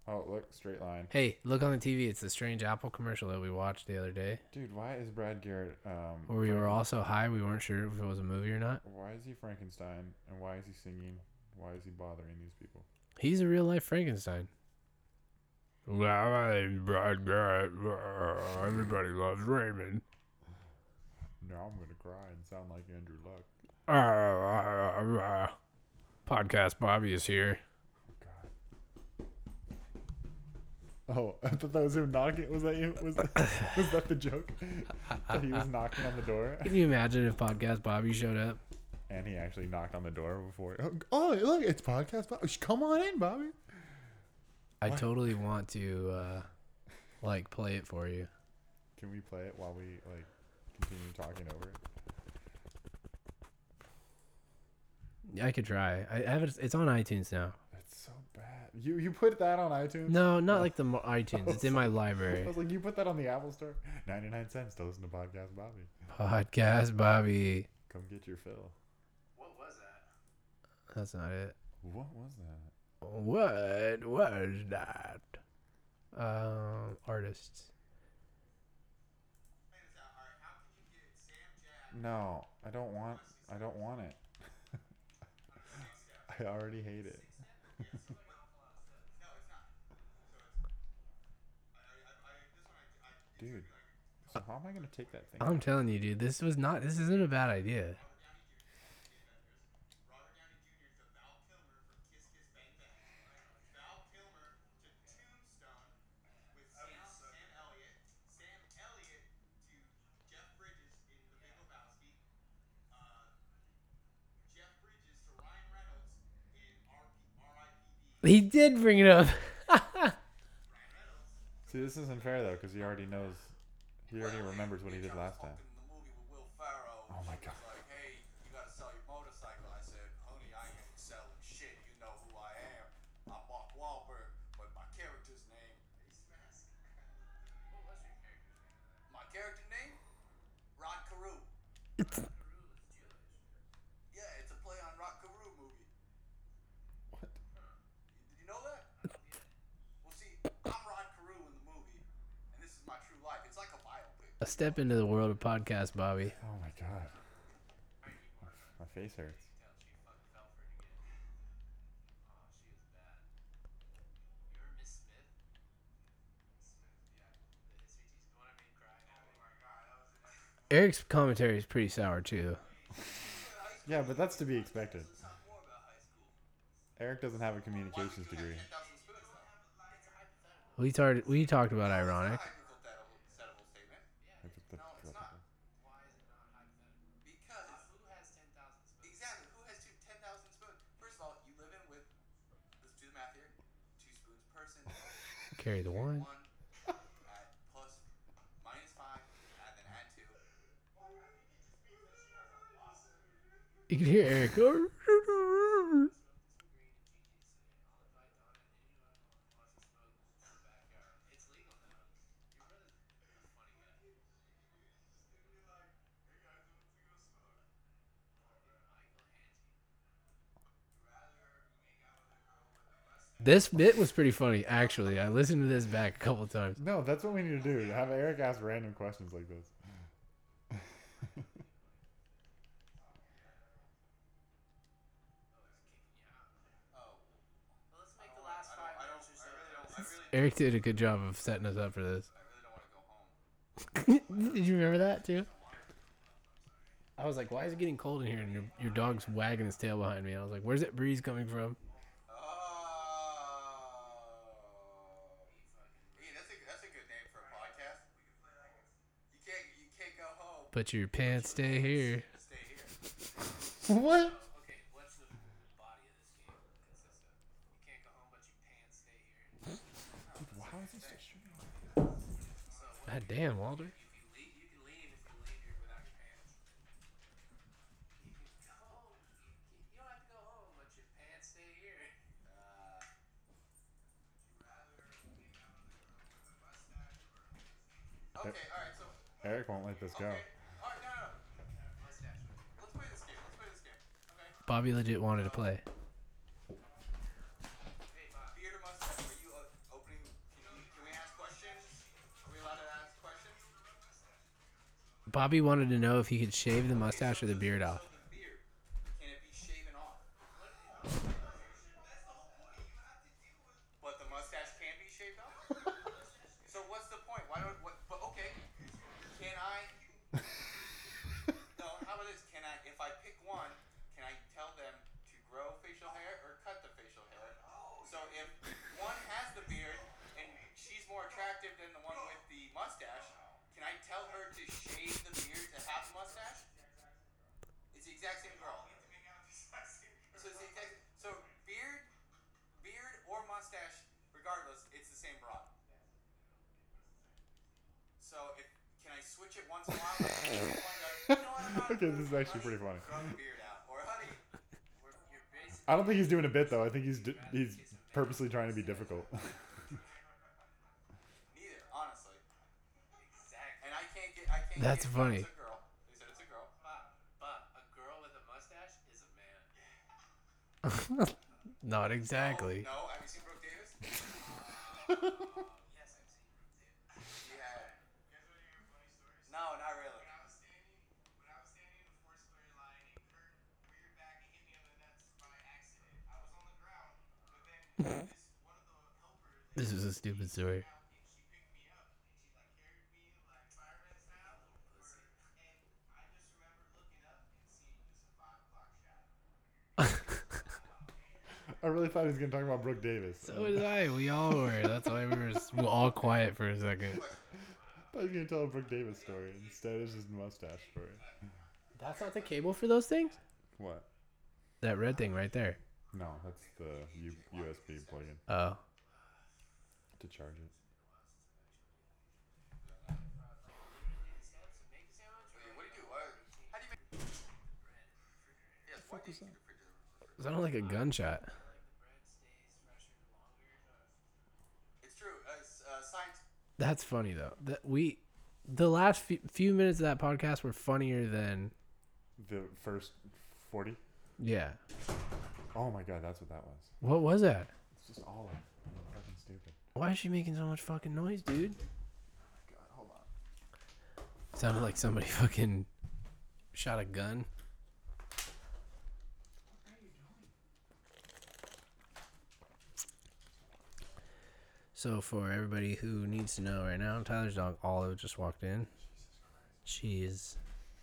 Oh, look, straight line.
Hey, look on the TV. It's the strange apple commercial that we watched the other day
Dude, why is Brad Garrett? Um,
where we were
Frank-
all so high we weren't sure if it was a movie or not.
Why is he Frankenstein? And why is he singing? Why is he bothering these people?
He's a real life Frankenstein.
Everybody loves Raymond.
Now I'm gonna cry and sound like Andrew Luck.
Podcast Bobby is here.
God. Oh, <laughs> I thought that was him knocking. Was that you? Was that, <laughs> was that the joke? that he was knocking on the door,
Can you imagine if Podcast Bobby showed up?
and he actually knocked on the door before. Oh, oh look, it's podcast. Bobby. Come on in, Bobby.
I
What?
totally want to uh like play it for you.
Can we play it while we like continue talking over it.
I could try. I I have it. It's on iTunes now.
That's so bad. You you put that on iTunes?
No, not like the mo- iTunes. It's in my
<laughs> I
library.
was like, you put that on the Apple Store? 99 cents to listen to Podcast Bobby.
Podcast Bobby.
Come get your fill.
That's not it.
What was that?
What was that? Um, artists.
No, I don't want I don't want it. <laughs> I already hate it. <laughs> Dude, so how am I gonna take that thing?
I'm telling you, dude, this was not. This isn't a bad idea.
Uh,
He did bring it up. <laughs>
See, this isn't fair though, because he already knows. He already remembers what he did last time.
Oh
my God.
Like, hey, you gotta sell your motorcycle. I said, honey, I ain't selling shit. You know who I am. I'm Mark Wahlberg, but my character's name. My character name? Rod Carew. yeah, it's a play on Rod Carew movie.
What?
Did you know that? Well, see, I'm Rod Carew in the movie, and this is my true life. It's like a biopic.
A step into the world of podcast, Bobby.
Oh my god. My face hurts.
Eric's commentary is pretty sour too.
Yeah, but that's to be expected. Eric doesn't have a communications degree.
We talked. We talked about ironic.
Hypothetical statement. Because who has ten thousand spoons? Exactly. Who has two ten thousand spoons? First of all, you live in with let's do the math here. Two spoons per person.
Carry the one.
One add plus minus five and then add two.
You can hear Eric. go, <laughs> This bit was pretty funny, actually. I listened to this back a couple times.
No, that's what we need to do. Have Eric ask random questions like this.
Eric did a good job of setting us up for this. <laughs> did you remember that too? I was like, "Why is it getting cold in here?" And your, your dog's wagging his tail behind me. I was like, "Where's that breeze coming from?"
Oh. Hey, that's a that's a good name for a podcast. You can't you can't go home.
But your pants stay here.
Stay here.
What?
Okay, what's the body of this game consist of? You can't go home, but your pants stay here.
Why is this shooting?
God damn, Walter.
If you leave, you can leave if you leave here without your pants. You can go home. You, you you don't have to go home, but your pants stay here. Uh, okay, all right, so
Eric won't let this go.
okay, all right, no, no, no. Mustache. Let's play this game. Let's play this game. Okay.
Bobby legit wanted to play.
Hey, uh, Beard or mustache? Were you uh, opening? Can, you, can we ask questions? Are we allowed to ask questions?
Bobby wanted to know if he could shave the mustache or the beard
So
off.
the beard, can it be shaven off? But the mustache can be shaved off? so what's the point? Why don't, what, but okay, can I, no, how about this, can I, if I pick one, can I tell them to grow facial hair or cut the facial hair? So if one has the beard and she's more attractive than the one with the mustache, can I tell her to shave the beard to have the mustache? It's the exact same girl. So it's the exact so beard, beard or mustache, regardless, it's the same broad. So if can I switch shit once in a while. but you know what, I'm not
<laughs> Okay, this is
approving,
actually pretty
honey.
funny.
Grow the beard out. Or, honey, we're- you're basically-
I don't think he's doing a bit though. I think he's d- he's purposely trying to be difficult. <laughs>
Neither, honestly. Exactly. And I can't get. I can't.
That's
get
funny.
It's a girl. They said it's a girl. But, but a girl with a mustache is a man.
Not <laughs> exactly.
No, have you seen Brooke
<laughs>
Davis? yes, I've seen Brooke Davis. She had. No, not really.
<laughs> This is a stupid story.
I really thought he was gonna talk about Brooke Davis.
So did I. We all were. That's why we were s- we're all quiet for a second.
I thought he was gonna tell a Brooke Davis story instead of his mustache story.
That's not the cable for those things?
What?
That red thing right there.
No, that's the U- USB plug-in
Oh.
to charge it.
Wait, What do you do? What? How do you make? Yes, what do you do?
It sounded like a gunshot.
It's true. Uh, it's, uh, science.
That's funny though. That we the last few, few minutes of that podcast were funnier than
The first forty.
yeah.
Oh my god, that's what that was.
What was that?
It's just all fucking stupid.
Why is she making so much fucking noise, dude?
God, hold on.
Sounded like somebody <laughs> fucking shot a gun. So, for everybody who needs to know right now, Tyler's dog Olive just walked in. She is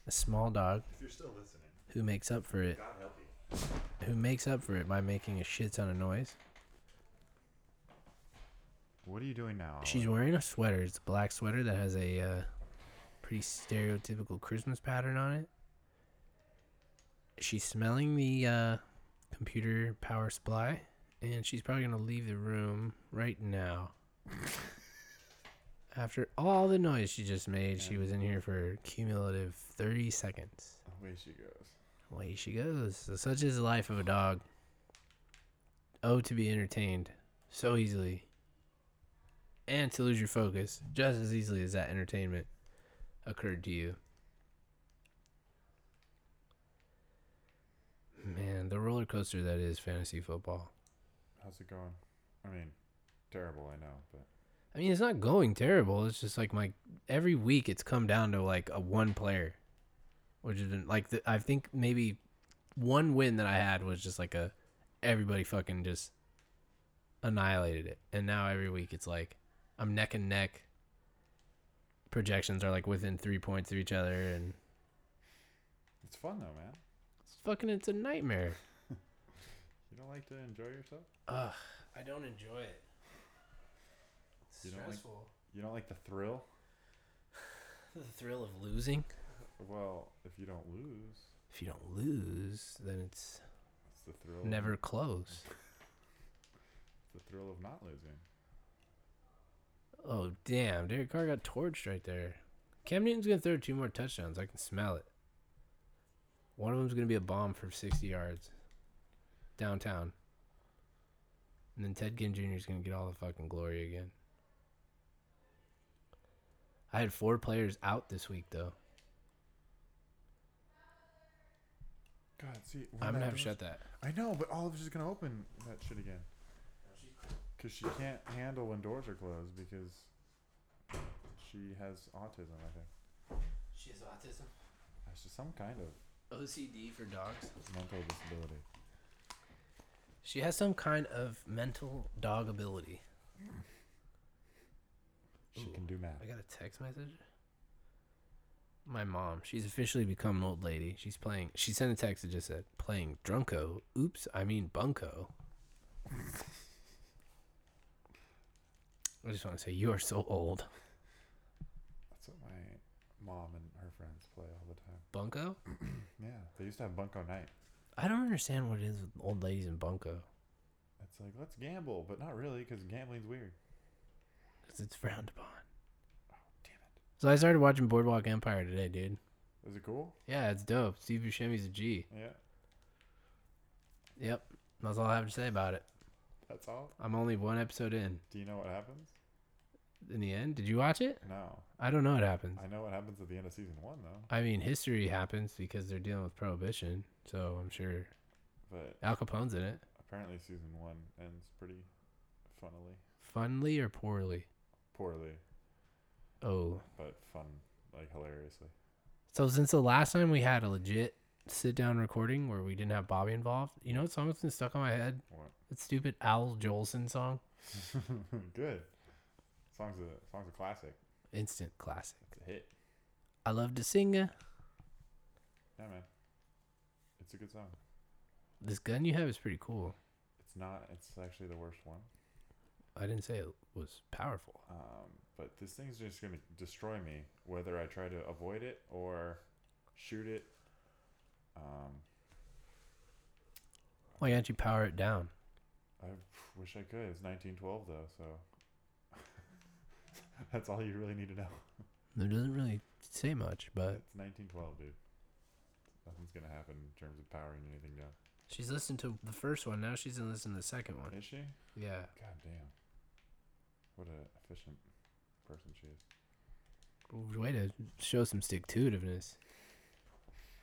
a small dog
If you're still listening,
who makes up for it,
God help you.
who makes up for it by making a shit ton of noise.
What are you doing now?
She's wearing a sweater. It's a black sweater that has a uh, pretty stereotypical Christmas pattern on it. She's smelling the uh, computer power supply, and she's probably gonna leave the room right now. After all the noise she just made, she was in here for cumulative thirty seconds.
Away she goes.
Away she goes. So such is the life of a dog. Oh, to be entertained so easily. And to lose your focus just as easily as that entertainment occurred to you. Man, the roller coaster that is fantasy football.
How's it going? I mean, terrible, I know, but
I mean, it's not going terrible. It's just like my every week it's come down to like a one player, which is like the, I think maybe one win that I had was just like a everybody fucking just annihilated it, and now every week it's like I'm neck and neck. Projections are like within three points of each other, and
it's fun though, man.
it's fucking it's a nightmare.
You don't like to enjoy yourself?
Ugh, I don't enjoy it. It's
You don't like-
stressful. <laughs>
You don't like the thrill?
the thrill of losing.
Well, if you don't lose,
If you don't lose, then it's
it's the thrill.
never close.
The thrill of not losing.
Oh damn, Derek Carr got torched right there. Cam Newton's gonna throw two more touchdowns. I can smell it. One of them's gonna be a bomb for sixty yards downtown, and then Ted Ginn Jr. is gonna get all the fucking glory again. I had four players out this week though.
God, see, when
I'm
that
gonna have to
door's-
shut that.
I know, but Olive's just gonna open that shit again. Cause she can't handle when doors are closed because she has autism. I think
She has autism.
that's just some kind of
OCD for dogs.
mental disability.
She has some kind of mental dog ability.
She
Ooh.
can do math.
I got a text message. My mom, she's officially become an old lady. She's playing. She sent a text that just said, "Playing Drunko." Oops, I mean Bunko. I just want to say you are so old,
That's what my mom and her friends play all the time.
Bunko.
Yeah, they used to have Bunko night.
I don't understand what it is with old ladies and Bunko.
It's like let's gamble, but not really because gambling's weird.
Cause it's frowned upon.
Oh, Damn it!
So I started watching Boardwalk Empire today, dude.
Is it cool?
Yeah, it's dope. Steve Buscemi's a G.
Yeah,
Yep. That's all I have to say about it.
that's all.
I'm only one episode in.
Do you know what happens?
In the end, did you watch it?
No,
I don't know what happens.
I know what happens at the end of season one though.
I mean, history happens because they're dealing with prohibition, so I'm sure
But
Al Capone's in it.
apparently, season one ends pretty funnily,
Funly or poorly?
poorly,
Oh,
but fun, like hilariously.
so since the last time we had a legit sit-down recording where we didn't have Bobby involved, you know what song's been stuck on my head?
What? <laughs>
That stupid Al Jolson song.
Good. Song's a song's a classic.
Instant classic.
It's a hit.
I love to sing. uh,
Yeah, man. It's a good song.
This gun you have is pretty cool.
It's not. It's actually the worst one.
I didn't say it was powerful.
Um, but this thing's just gonna destroy me, whether I try to avoid it or shoot it. Um,
Why can't you power it down?
I wish I could. It's 1912 though, so <laughs> that's all you really need to know.
It doesn't really say much, but
It's 1912, dude. Nothing's gonna happen in terms of powering anything down.
she's listened to the first one. Now she's gonna listen to the second one.
Is she?
Yeah.
God damn. What a efficient person she is.
Way to show some stick to itiveness.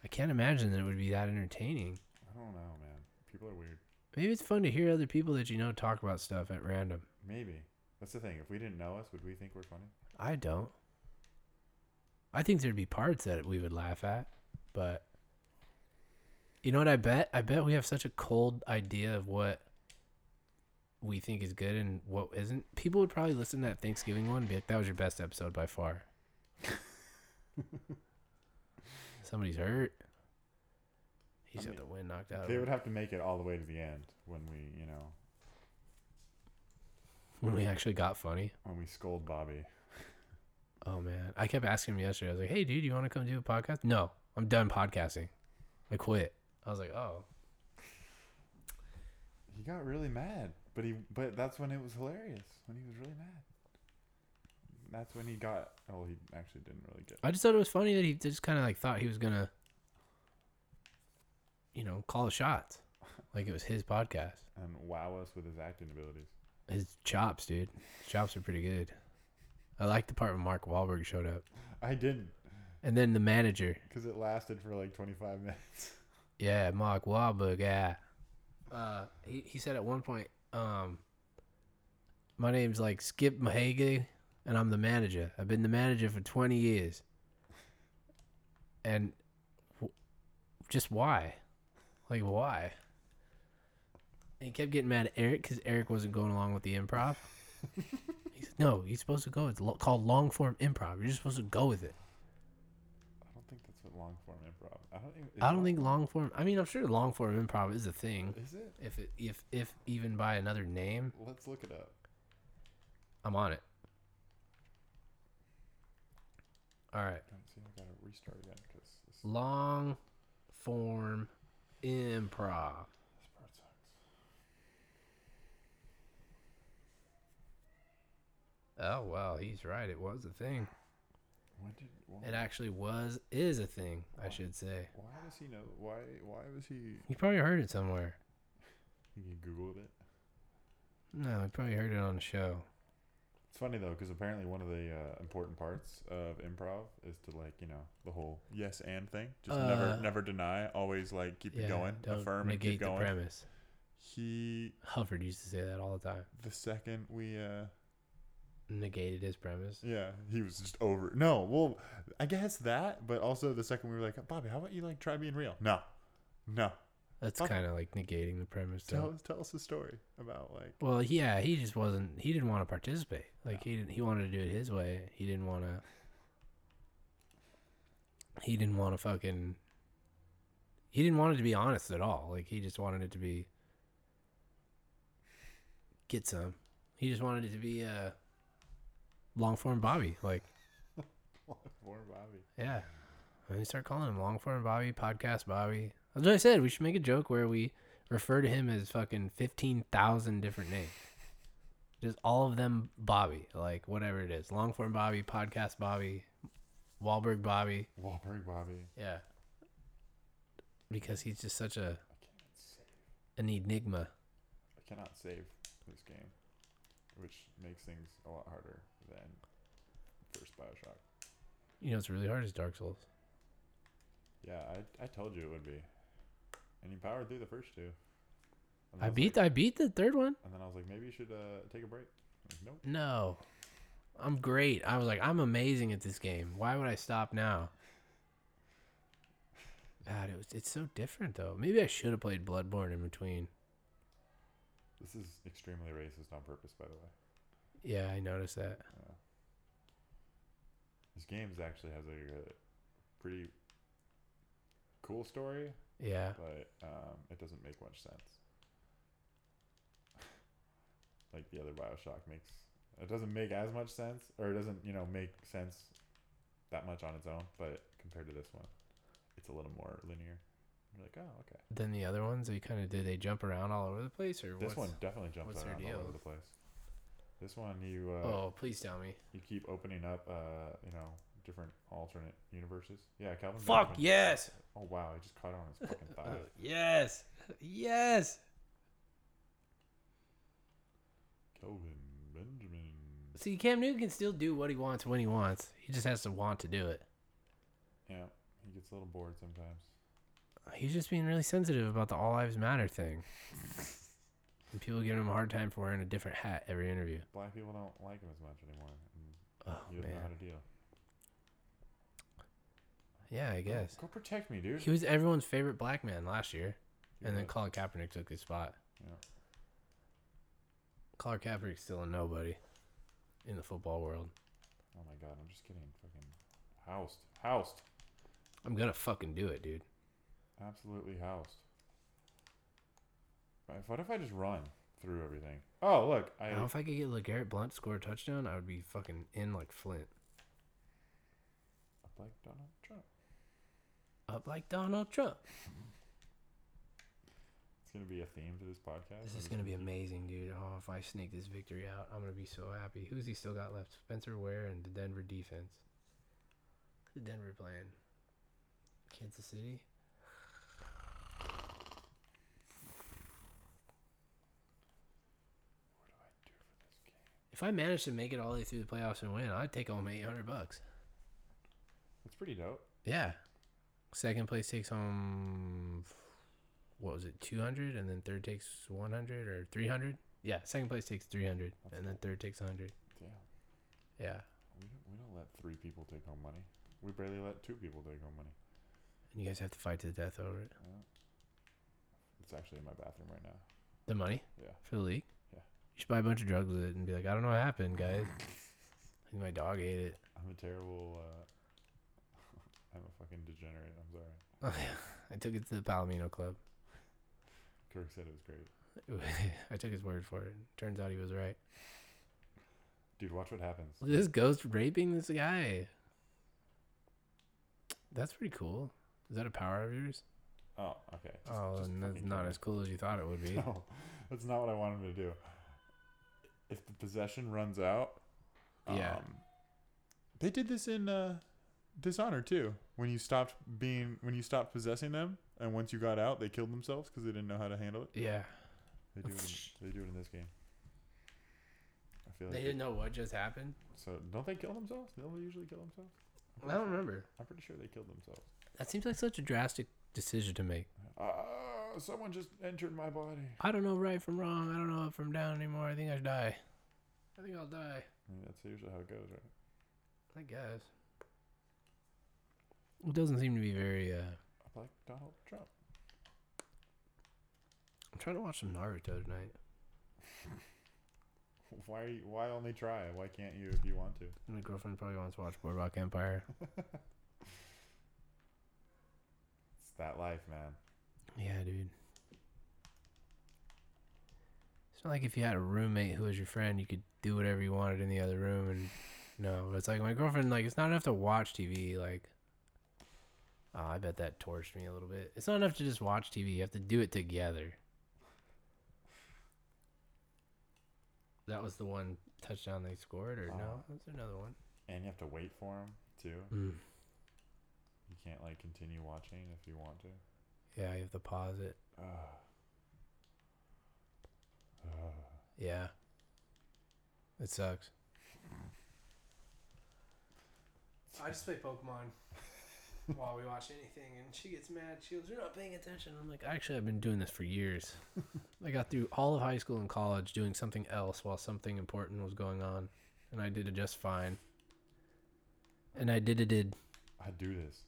I can't imagine that it would be that entertaining.
I don't know, man. People are weird.
Maybe it's fun to hear other people that you know talk about stuff at random.
Maybe that's the thing. If we didn't know us, would we think we're funny?
I don't. I think there'd be parts that we would laugh at, but you know what I bet? I bet we have such a cold idea of what we think is good and what isn't. People would probably listen to that Thanksgiving one and be like, that was your best episode by
<laughs>
far. Somebody's hurt. He's
I
got
mean,
the wind knocked out. of
They
him.
would have to make it all the way to the end when we, you know,
When we actually got funny.
when we scold Bobby.
Oh man, I kept asking him yesterday. I was like, "Hey, dude, you want to come do a podcast?" No, I'm done podcasting. I quit. I was like, "Oh,
He got really mad, but he, but that's when it was hilarious when he was really mad. That's when he got. Oh, he actually didn't really get.
I just thought it was funny that he just kind of like thought he was gonna, you know, call the shots, like it was his podcast.
And wow us with his acting abilities.
His chops, dude, his chops are pretty good. I like the part when Mark Wahlberg showed up,
I didn't,
and then the manager,
because it lasted for like 25 <laughs> minutes.
yeah, Mark Wahlberg, yeah. Uh, he he said at one point, um, my name's like Skip Mahagay, and I'm the manager. I've been the manager for 20 years. And w- just why? Like, why? And he kept getting mad at Eric because Eric wasn't going along with the improv. he said, No, you're supposed to go. It's lo- called long form improv. You're just supposed to go with it.
I don't think that's what long form improv. I don't. Even, is
I don't
long-
think long form, I mean, I'm sure long form improv is a thing.
Is it?
If it, if if even by another name,
Let's look it up.
I'm on it. All right,
Don't see. I gotta restart again because this,
long form improv.
this part sucks.
Oh well, he's right. It was a thing.
When did? Well,
It actually was is a thing. I should say.
why does he know? Why? Why was he?
You probably heard it somewhere.
He googled it.
No, you probably heard it on a show.
It's funny though, because apparently one of the uh, important parts of improv is to like you know the whole yes and thing. Just
Uh,
never never deny. Always like keep it going,
don't
affirm and
negate
keep
the
going.
premise.
He
Hufford used to say that all the time.
the second we uh
Negated his premise.
yeah he was just over. No, well I guess that, but also the second we were like Bobby, how about you like try being real? No, no.
That's
Fuck.
kind of like negating the premise. Though.
Tell us tell us a story about like
Well, yeah, he just wasn't. He didn't want to participate. Like he didn't. He wanted to do it his way. He didn't want to. He didn't want to fucking. He didn't want it to be honest at all. Like he just wanted it to be. Get some. He just wanted it to be uh, long form Bobby. Like
poor Bobby.
yeah, and they start calling him long form Bobby, podcast Bobby. That's what I said. We should make a joke where we refer to him as fucking fifteen thousand different names. Just all of them Bobby, like whatever it is, long form Bobby, podcast Bobby, Wahlberg Bobby.
Wahlberg Bobby.
Yeah. Because he's just such a an enigma.
I cannot save this game, which makes things a lot harder than first Bioshock.
You know, it's really hard as Dark Souls.
Yeah, I, I told you it would be. And you powered through the first two. And then
I
was
beat
like,
I beat the third one.
And then I was like, maybe you should uh, take a break. Like, nope.
No. I'm great. I was like, I'm amazing at this game. Why would I stop now? God, it was it's so different though. Maybe I should have played Bloodborne in between.
This is extremely racist on purpose, by the way.
Yeah, I noticed that.
This game's actually has like a uh, pretty cool story,
Yeah.
but um, it doesn't make much sense. <laughs> like the other Bioshock makes, it doesn't make as much sense, or it doesn't you know make sense that much on its own. But compared to this one, it's a little more linear. You're like, oh, okay.
Then the other ones, they kind of did they jump around all over the place or
This
what's-
one definitely jumps
what's their
around all
deal?
over the place. This one, you uh,
Oh, please tell me.
you keep opening up, uh, you know, different alternate universes. Yeah, Calvin.
Fuck
Benjamin.
yes.
Oh wow, he just caught it on his fucking
Uh,
thigh.
<laughs> yes. Yes.
Calvin Benjamin.
See, Cam Newton can still do what he wants when he wants. He just has to want to do it.
Yeah, he gets a little bored sometimes.
He's just being really sensitive about the All Lives Matter
<laughs>
thing. and people giving him a hard time for wearing a different hat every interview.
Black people don't like him as much anymore. And
Oh,
he doesn't know how
man.
to deal.
Yeah, I guess.
Go protect me, dude.
He was everyone's favorite black man last year.
He
And then
was.
Colin Kaepernick took his spot.
Yeah.
Colin Kaepernick's still a nobody in the football world.
Oh my god, I'm just getting fucking housed, housed,
I'm going to fucking do it, dude.
absolutely housed. Right, What if I just run through everything? Oh look, I
I don't know if I could get LeGarrette Blunt to score a touchdown, I would be fucking in like Flint.
I'm like Donald Trump.
Up like Donald Trump.
It's gonna be a theme to this podcast.
This is
I'm just
gonna be amazing, dude. Oh, if I sneak this victory out, I'm gonna be so happy. Who's he still got left? Spencer Ware and the Denver defense. The Denver playing. Kansas City. If I manage to make it all the way through the playoffs and win, I'd take home eight hundred bucks.
It's pretty dope.
Yeah. Second place takes home what was it, two hundred and then third takes one hundred or three hundred? Yeah, second place takes three hundred
That's
and then third takes hundred.
Damn.
Yeah.
We don't, we don't let three people take home money. We barely let two people take home money.
And you guys have to fight to the death over it.
It's actually in my bathroom right now.
The money
Yeah.
for the league?
Yeah.
You should buy a bunch of drugs with it and be like, I don't know what
<laughs>
happened, guys. I think my dog ate it.
I'm a terrible. Uh, <laughs> I'm a fucking degenerate. I'm sorry.
I took it to the Palomino Club. <laughs>
Kirk said it was great.
I took his word for it. Turns out he was right.
Dude, watch what happens.
This ghost raping this guy. That's pretty cool. Is that a power of yours?
Oh, okay. Just-
oh,
just
and that's
fucking
not
kill
as cool as you thought it would
me.
be.
<laughs> No, that's not what I wanted him to do. If the possession runs out, um,
Yeah.
they did this in uh, Dishonor too. When you stopped being, when you stopped possessing them, and once you got out, they killed themselves because they didn't know how to handle it.
<laughs> Yeah.
They do it. In, they do it in this game. I feel like
They
they-
didn't know what just happened?
So don't they kill themselves? Don't they usually kill themselves? I'm
I
pretty
don't
sure-
remember.
I'm pretty sure they killed themselves.
That seems like such a drastic decision to make.
Uh, someone just entered my body.
I don't know right from wrong. I don't know up from down anymore. I think I should die. I think I'll die.
I mean, that's usually how it goes, right?
I guess. It doesn't seem to be very. uh
I'm Like Donald Trump. <laughs>
I'm trying to watch some Naruto tonight.
Why? Are you, why only try? Why can't you if you want to?
My girlfriend probably wants to watch Boardwalk Empire.
It's that life, man.
Yeah, dude. It's not like if you had a roommate who was your friend, you could do whatever you wanted in the other room, and no, it's like my girlfriend. Like it's not enough to watch TV. Like, oh, I bet that torched me a little bit. It's not enough to just watch TV. You have to do it together. That was the one touchdown they scored, or no?
Uh,
That's another one.
And you have to wait for him too.
Mm.
You can't like continue watching if you want to. <sighs>
Yeah, you have to pause it.
Uh, uh,
Yeah. It sucks. I just play Pokemon <laughs> while we watch anything, and she gets mad. She goes, You're not paying attention. I'm like, Actually, I've been doing this for <laughs> years. I got through all of high school and college doing something else while something important was going on, and I did it just fine. And I did it, did.
I do this.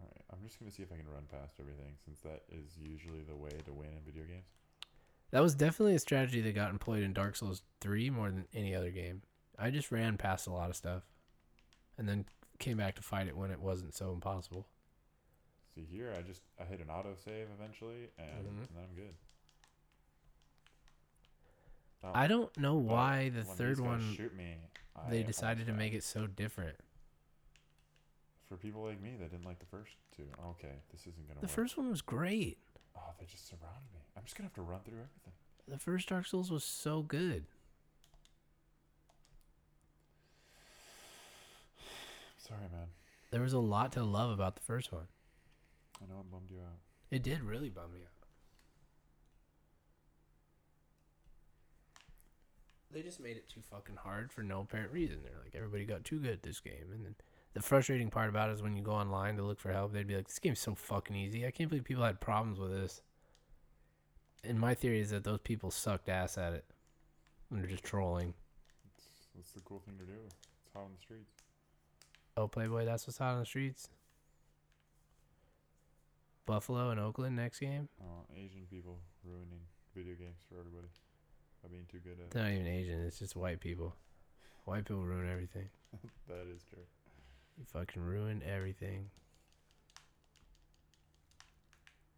All right, I'm just gonna see if I can run past everything since that is usually the way to win in video games.
That was definitely a strategy that got employed in Dark Souls 3 more than any other game. I just ran past a lot of stuff and then came back to fight it when it wasn't so impossible.
See here, I just I hit an auto save eventually, and,
Mhm.
and then I'm good. Oh,
I don't know
but
why the
when these
third
guys
one
shoot me. I
they
almost
decided to
die.
make it so different.
for people like me that didn't like the first two. Okay, this isn't gonna
The
work.
first one was great.
Oh, they just surrounded me. I'm just gonna have to run through everything.
The first Dark Souls was so good.
Sorry, man.
There was a lot to love about the first one.
I know I bummed you out.
It did really bum me out. They just made it too fucking hard for no apparent reason. They're like, everybody got too good at this game. And then the frustrating part about it is when you go online to look for help, they'd be like, this game's so fucking easy. I can't believe people had problems with this. And my theory is that those people sucked ass at it. And they're just trolling.
It's that's the cool thing to do. It's hot on the streets.
Oh, Playboy, that's what's out on the streets. Buffalo and Oakland next game.
Oh, Asian people ruining video games for everybody by being too good at
It's not even Asian. It's just white people. White people ruin everything.
it. That is true.
You fucking ruin everything.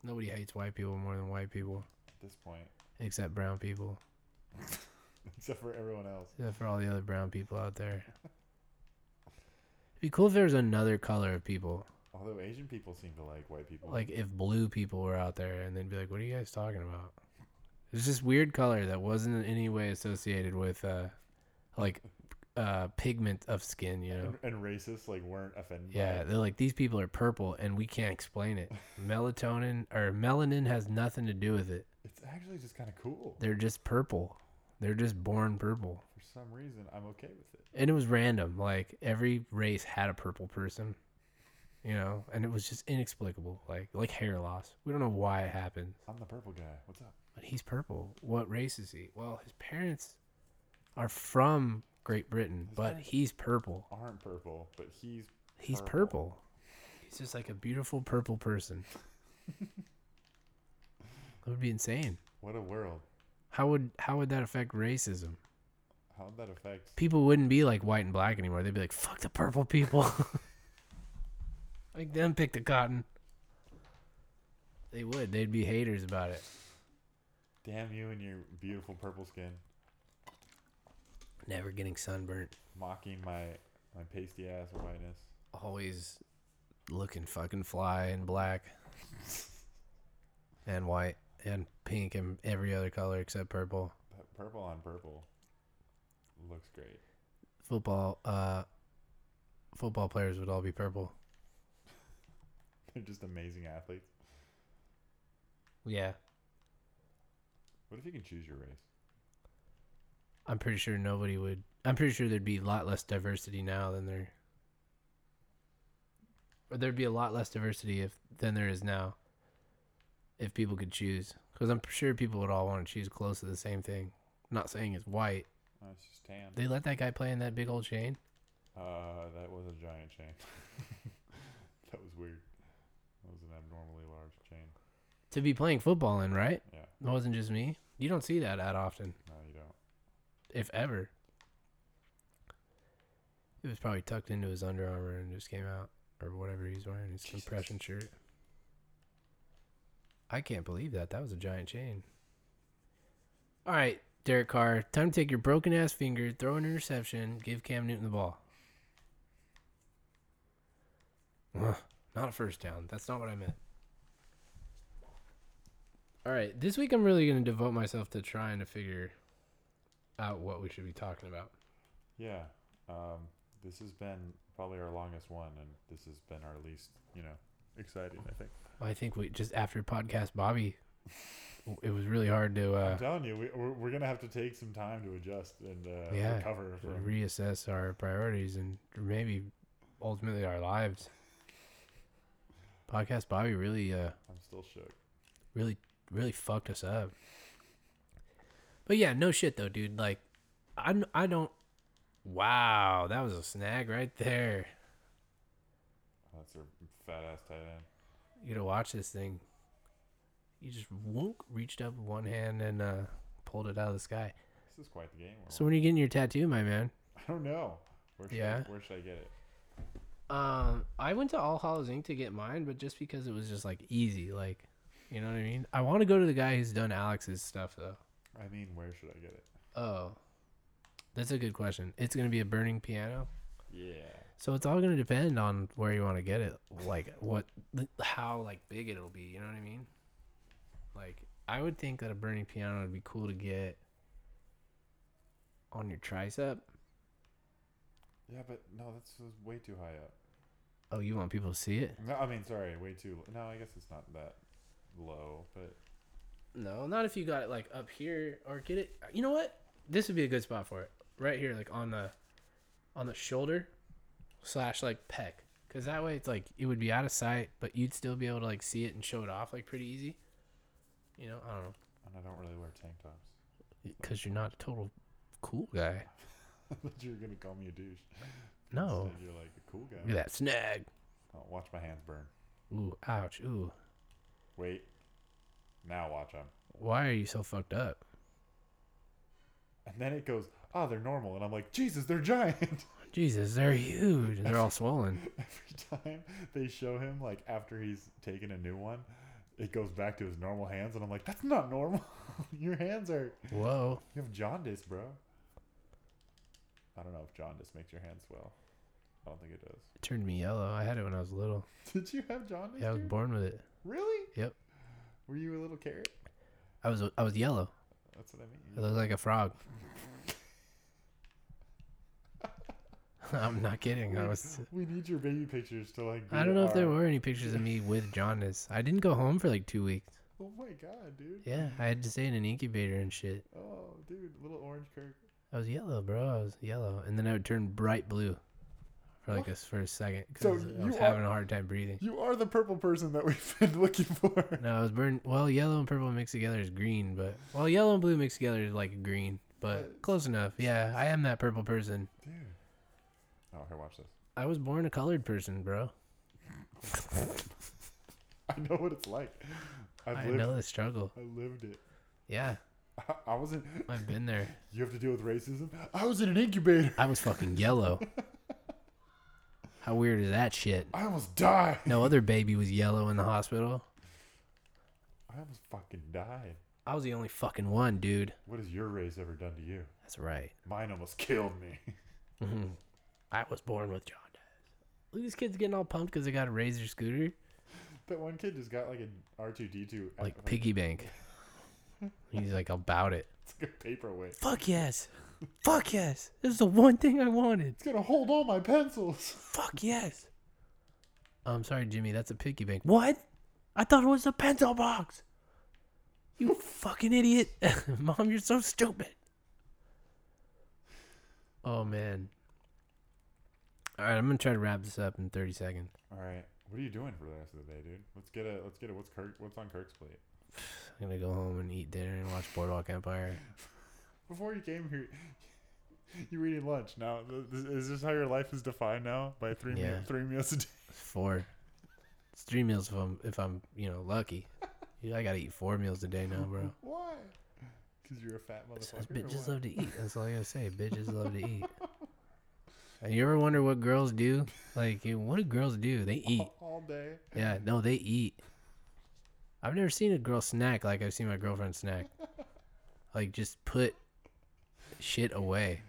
Nobody hates white people more than white people,
At this point, <laughs>
except brown people.
except for everyone else.
Except for all the other brown people out there. It'd be cool if there was another color of people.
Although Asian people seem to like white people.
Like if blue people were out there, and they'd be like, "What are you guys talking about?" It's this weird color that wasn't in any way associated with, uh, like, uh, pigment of skin. You know.
and, and racists like weren't offended. by
Yeah,
it.
they're like these people are purple and we can't explain it. Melatonin or melanin has nothing to do with it.
it's actually just kind of cool.
They're just purple. They're just born purple.
For some reason, I'm okay with it.
And it was random. Like every race had a purple person. You know, and it was just inexplicable. Like like hair loss. We don't know why it happened.
I'm the purple guy. What's up?
But he's purple. What race is he? Well, his parents are from Great Britain, but he's purple.
Aren't purple, but he's
He's purple. He's just like a beautiful purple person. that would be insane.
what a world.
How would how would that affect racism?
How'd that affect?
People wouldn't be like white and black anymore. They'd be like, "Fuck the purple people." <laughs> Make them pick the cotton. They would. They'd be haters about it.
Damn you and your beautiful purple skin,
Never getting sunburnt.
mocking my my pasty ass whiteness.
Always looking fucking fly and black <laughs> and white and pink and every other color except purple.
That purple on purple looks great. <laughs>
football uh football players would all be purple.
They're just amazing athletes.
Yeah.
What if you can choose your race?
I'm pretty sure nobody would I'm pretty sure there'd be a lot less diversity now than there or there'd be a lot less diversity if than there is now if people could choose cuz I'm sure people would all want to choose close to the same thing. not saying it's white.
Oh, it's just tan.
They let that guy play in that big old chain.
Uh, that was a giant chain. <laughs> that was weird. That was an abnormally large chain.
To be playing football in, right?
Yeah,
It wasn't just me. You don't see that that often.
no, you don't.
if ever. It was probably tucked into his Under Armour and just came out, or whatever he's wearing, his
Jesus.
compression shirt. I can't believe that. That was a giant chain. All right, Derek Carr, time to take your broken ass finger, throw an interception, give Cam Newton the ball. Ugh, Not a first down. That's not what I meant. All right, this week I'm really going to devote myself to trying to figure out what we should be talking about.
Yeah. Um, This has been probably our longest one, and this has been our least, you know, exciting. I think.
Well, I think we just after podcast Bobby, w- it was really hard to uh,
I'm telling you, we, we're, we're gonna have to take some time to adjust and uh,
Yeah,
recover
to
from.
reassess our priorities and maybe ultimately our lives. Podcast Bobby really, uh,
I'm still shook.
really, really fucked us up. But yeah, no shit though, dude. Like, I I don't. Wow, that was a snag right there.
That's our fat ass tight end.
You gotta watch this thing. You just wonk, reached up with one hand and uh, pulled it out of the sky.
This is quite the game. we're
So when are you getting your tattoo, my man?
I don't know. Where should,
Yeah.
I, where should I get it?
Um, I went to All Hallows Inc. to get mine, but just because it was just like easy, like you know what I mean. I want to go to the guy who's done Alex's stuff though.
I mean, where should I get it?
Oh, that's a good question. It's gonna be a burning piano,
Yeah.
so it's all gonna depend on where you want to get it, like what, how like big it'll be. You know what I mean? Like I would think that a burning piano would be cool to get on your tricep.
Yeah, but no, that's that's way too high up.
Oh, you want people to see it?
No, I mean, sorry, way too. No, I guess it's not that low, but
No, not if you got it like up here or get it. You know what? This would be a good spot for it. Right here, like on the, on the shoulder, slash like pec, because that way it's like it would be out of sight, but you'd still be able to like see it and show it off like pretty easy. You know, I don't know,
and I don't really wear tank tops. <laughs>
because you're not a total cool guy.
I thought you were gonna call me a douche.
No,
Instead, you're like a cool guy.
look at that snag.
Oh, watch my hands burn.
Ooh, ouch. Ooh,
Wait. Now watch them.
why are you so fucked up?
And then it goes, oh, they're normal. And I'm like, Jesus, they're giant. <laughs>
Jesus, they're huge. They're all swollen. <laughs>
Every time they show him, like, after he's taken a new one, it goes back to his normal hands. And I'm like, that's not normal. <laughs> Your hands are,
Whoa.
you have jaundice, bro. I don't know if jaundice makes your hands swell. I don't think it does.
It turned me yellow. I had it when I was little.
<laughs> Did you have jaundice?
Yeah, I was
dude?
born with it.
Really?
Yep.
Were you a little carrot?
I was I was yellow.
That's what I mean.
I look like a frog. <laughs> I'm not kidding. I was.
<laughs> We need your baby pictures to like.
I
be
don't know if there
our-
were any pictures of me with jaundice. I didn't go home for like two weeks.
Oh my god, dude.
Yeah, I had to stay in an incubator and shit.
Oh, dude, little orange Kirk.
I was yellow, bro. I was yellow, and then I would turn bright blue for like a s for a second because
So
I was
you
having
are-
a hard time breathing.
You are the purple person that <laughs> we've been looking for.
No, I was burned. Well, yellow and purple mixed together is green, but well, yellow and blue mixed together is like green, but
But-
close enough. Yeah, I am that purple person.
Dude. Oh, here, watch this. <laughs>
I was born a colored person, bro.
I know what it's like. I've
I
lived.
know the struggle.
I lived it.
Yeah,
I, I was in.
I've been there.
You have to deal with racism. I was in an incubator.
I was fucking yellow. How weird is that shit?
I almost died.
No other baby was yellow in the hospital.
I almost fucking died.
I was the only fucking one, dude.
What has your race ever done to you?
That's right.
Mine almost killed me. <laughs>
I was born with jaundice. Look, these kids getting all pumped because they got a razor scooter,
that one kid just got like an R two D two
like piggy bank. He's like about it.
<laughs> It's like a paperweight.
Fuck yes. Fuck yes. This is the one thing I wanted.
It's gonna hold all my pencils. <laughs>
Fuck yes. I'm sorry, Jimmy. That's a piggy bank. What? I thought it was a pencil box. You <laughs> fucking idiot. Mom, you're so stupid. Oh, man. All right, I'm going to try to wrap this up in 30 seconds.
All right, what are you doing for the rest of the day, dude? Let's get a let's get a what's Kirk what's on Kirk's plate.
I'm going to go home and eat dinner and watch Boardwalk Empire.
Before you came here, <laughs> you were eating lunch. Now th- th- is this how your life is defined now by three meal,
Yeah.
three meals a day?
It's four. It's three meals if I'm, if I'm you know, <laughs> lucky. Yeah, I got to eat four meals a day now, bro.
<laughs> Why? Because you're a fat
Says
motherfucker. or
bitches
what?
love to eat. <laughs> That's all I gotta say. Bitches love to eat. And you ever wonder what girls do? Like, you- what do girls do? They eat.
all, all day.
Yeah, no, they eat. I've never seen a girl snack like I've seen my girlfriend snack. Like, just put shit away.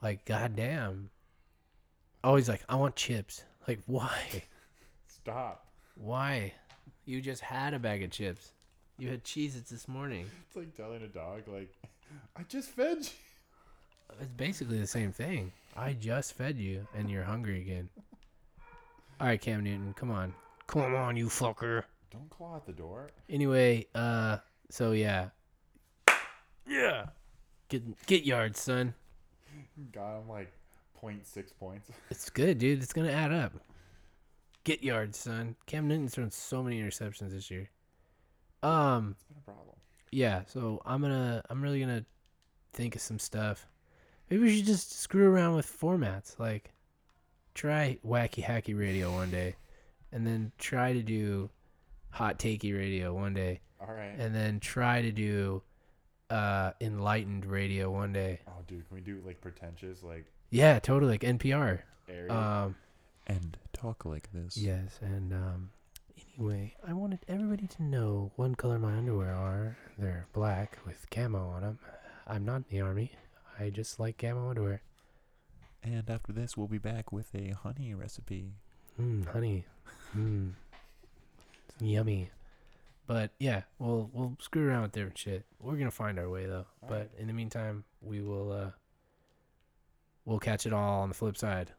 Like, goddamn. Always like, I want chips. Like, why?
Stop.
Why? You just had a bag of chips. You had Cheez Its this morning.
It's like telling a dog like, I just fed you.
It's basically the same thing. I just fed you and you're hungry again. All right, Cam Newton, come on. Come on, you fucker.
Don't claw at the door.
Anyway, uh, so yeah. Yeah. Get, get yards, son.
Got him like 0.6 points. <laughs>
It's good, dude. It's going to add up. Get yards, son. Cam Newton's thrown so many interceptions this year. Um,
It's been a problem.
yeah, so I'm going to I'm really going to think of some stuff. Maybe we should just screw around with formats. Like try wacky hacky radio one day and then try to do hot takey radio one day
All right.
and then try to do uh enlightened radio one day.
oh, dude, can we do like pretentious, like
Yeah, totally like NPR.
area?
Um
and talk like this.
Yes, and um, anyway, I wanted everybody to know one color my underwear are. They're black with camo on them. I'm not in the army. I just like camo underwear.
And after this, we'll be back with a honey recipe.
Mmm, honey. Mmm, yummy. But yeah, we'll we'll screw around with different shit. We're gonna find our way though. but in the meantime, we will uh, we'll catch it all on the flip side.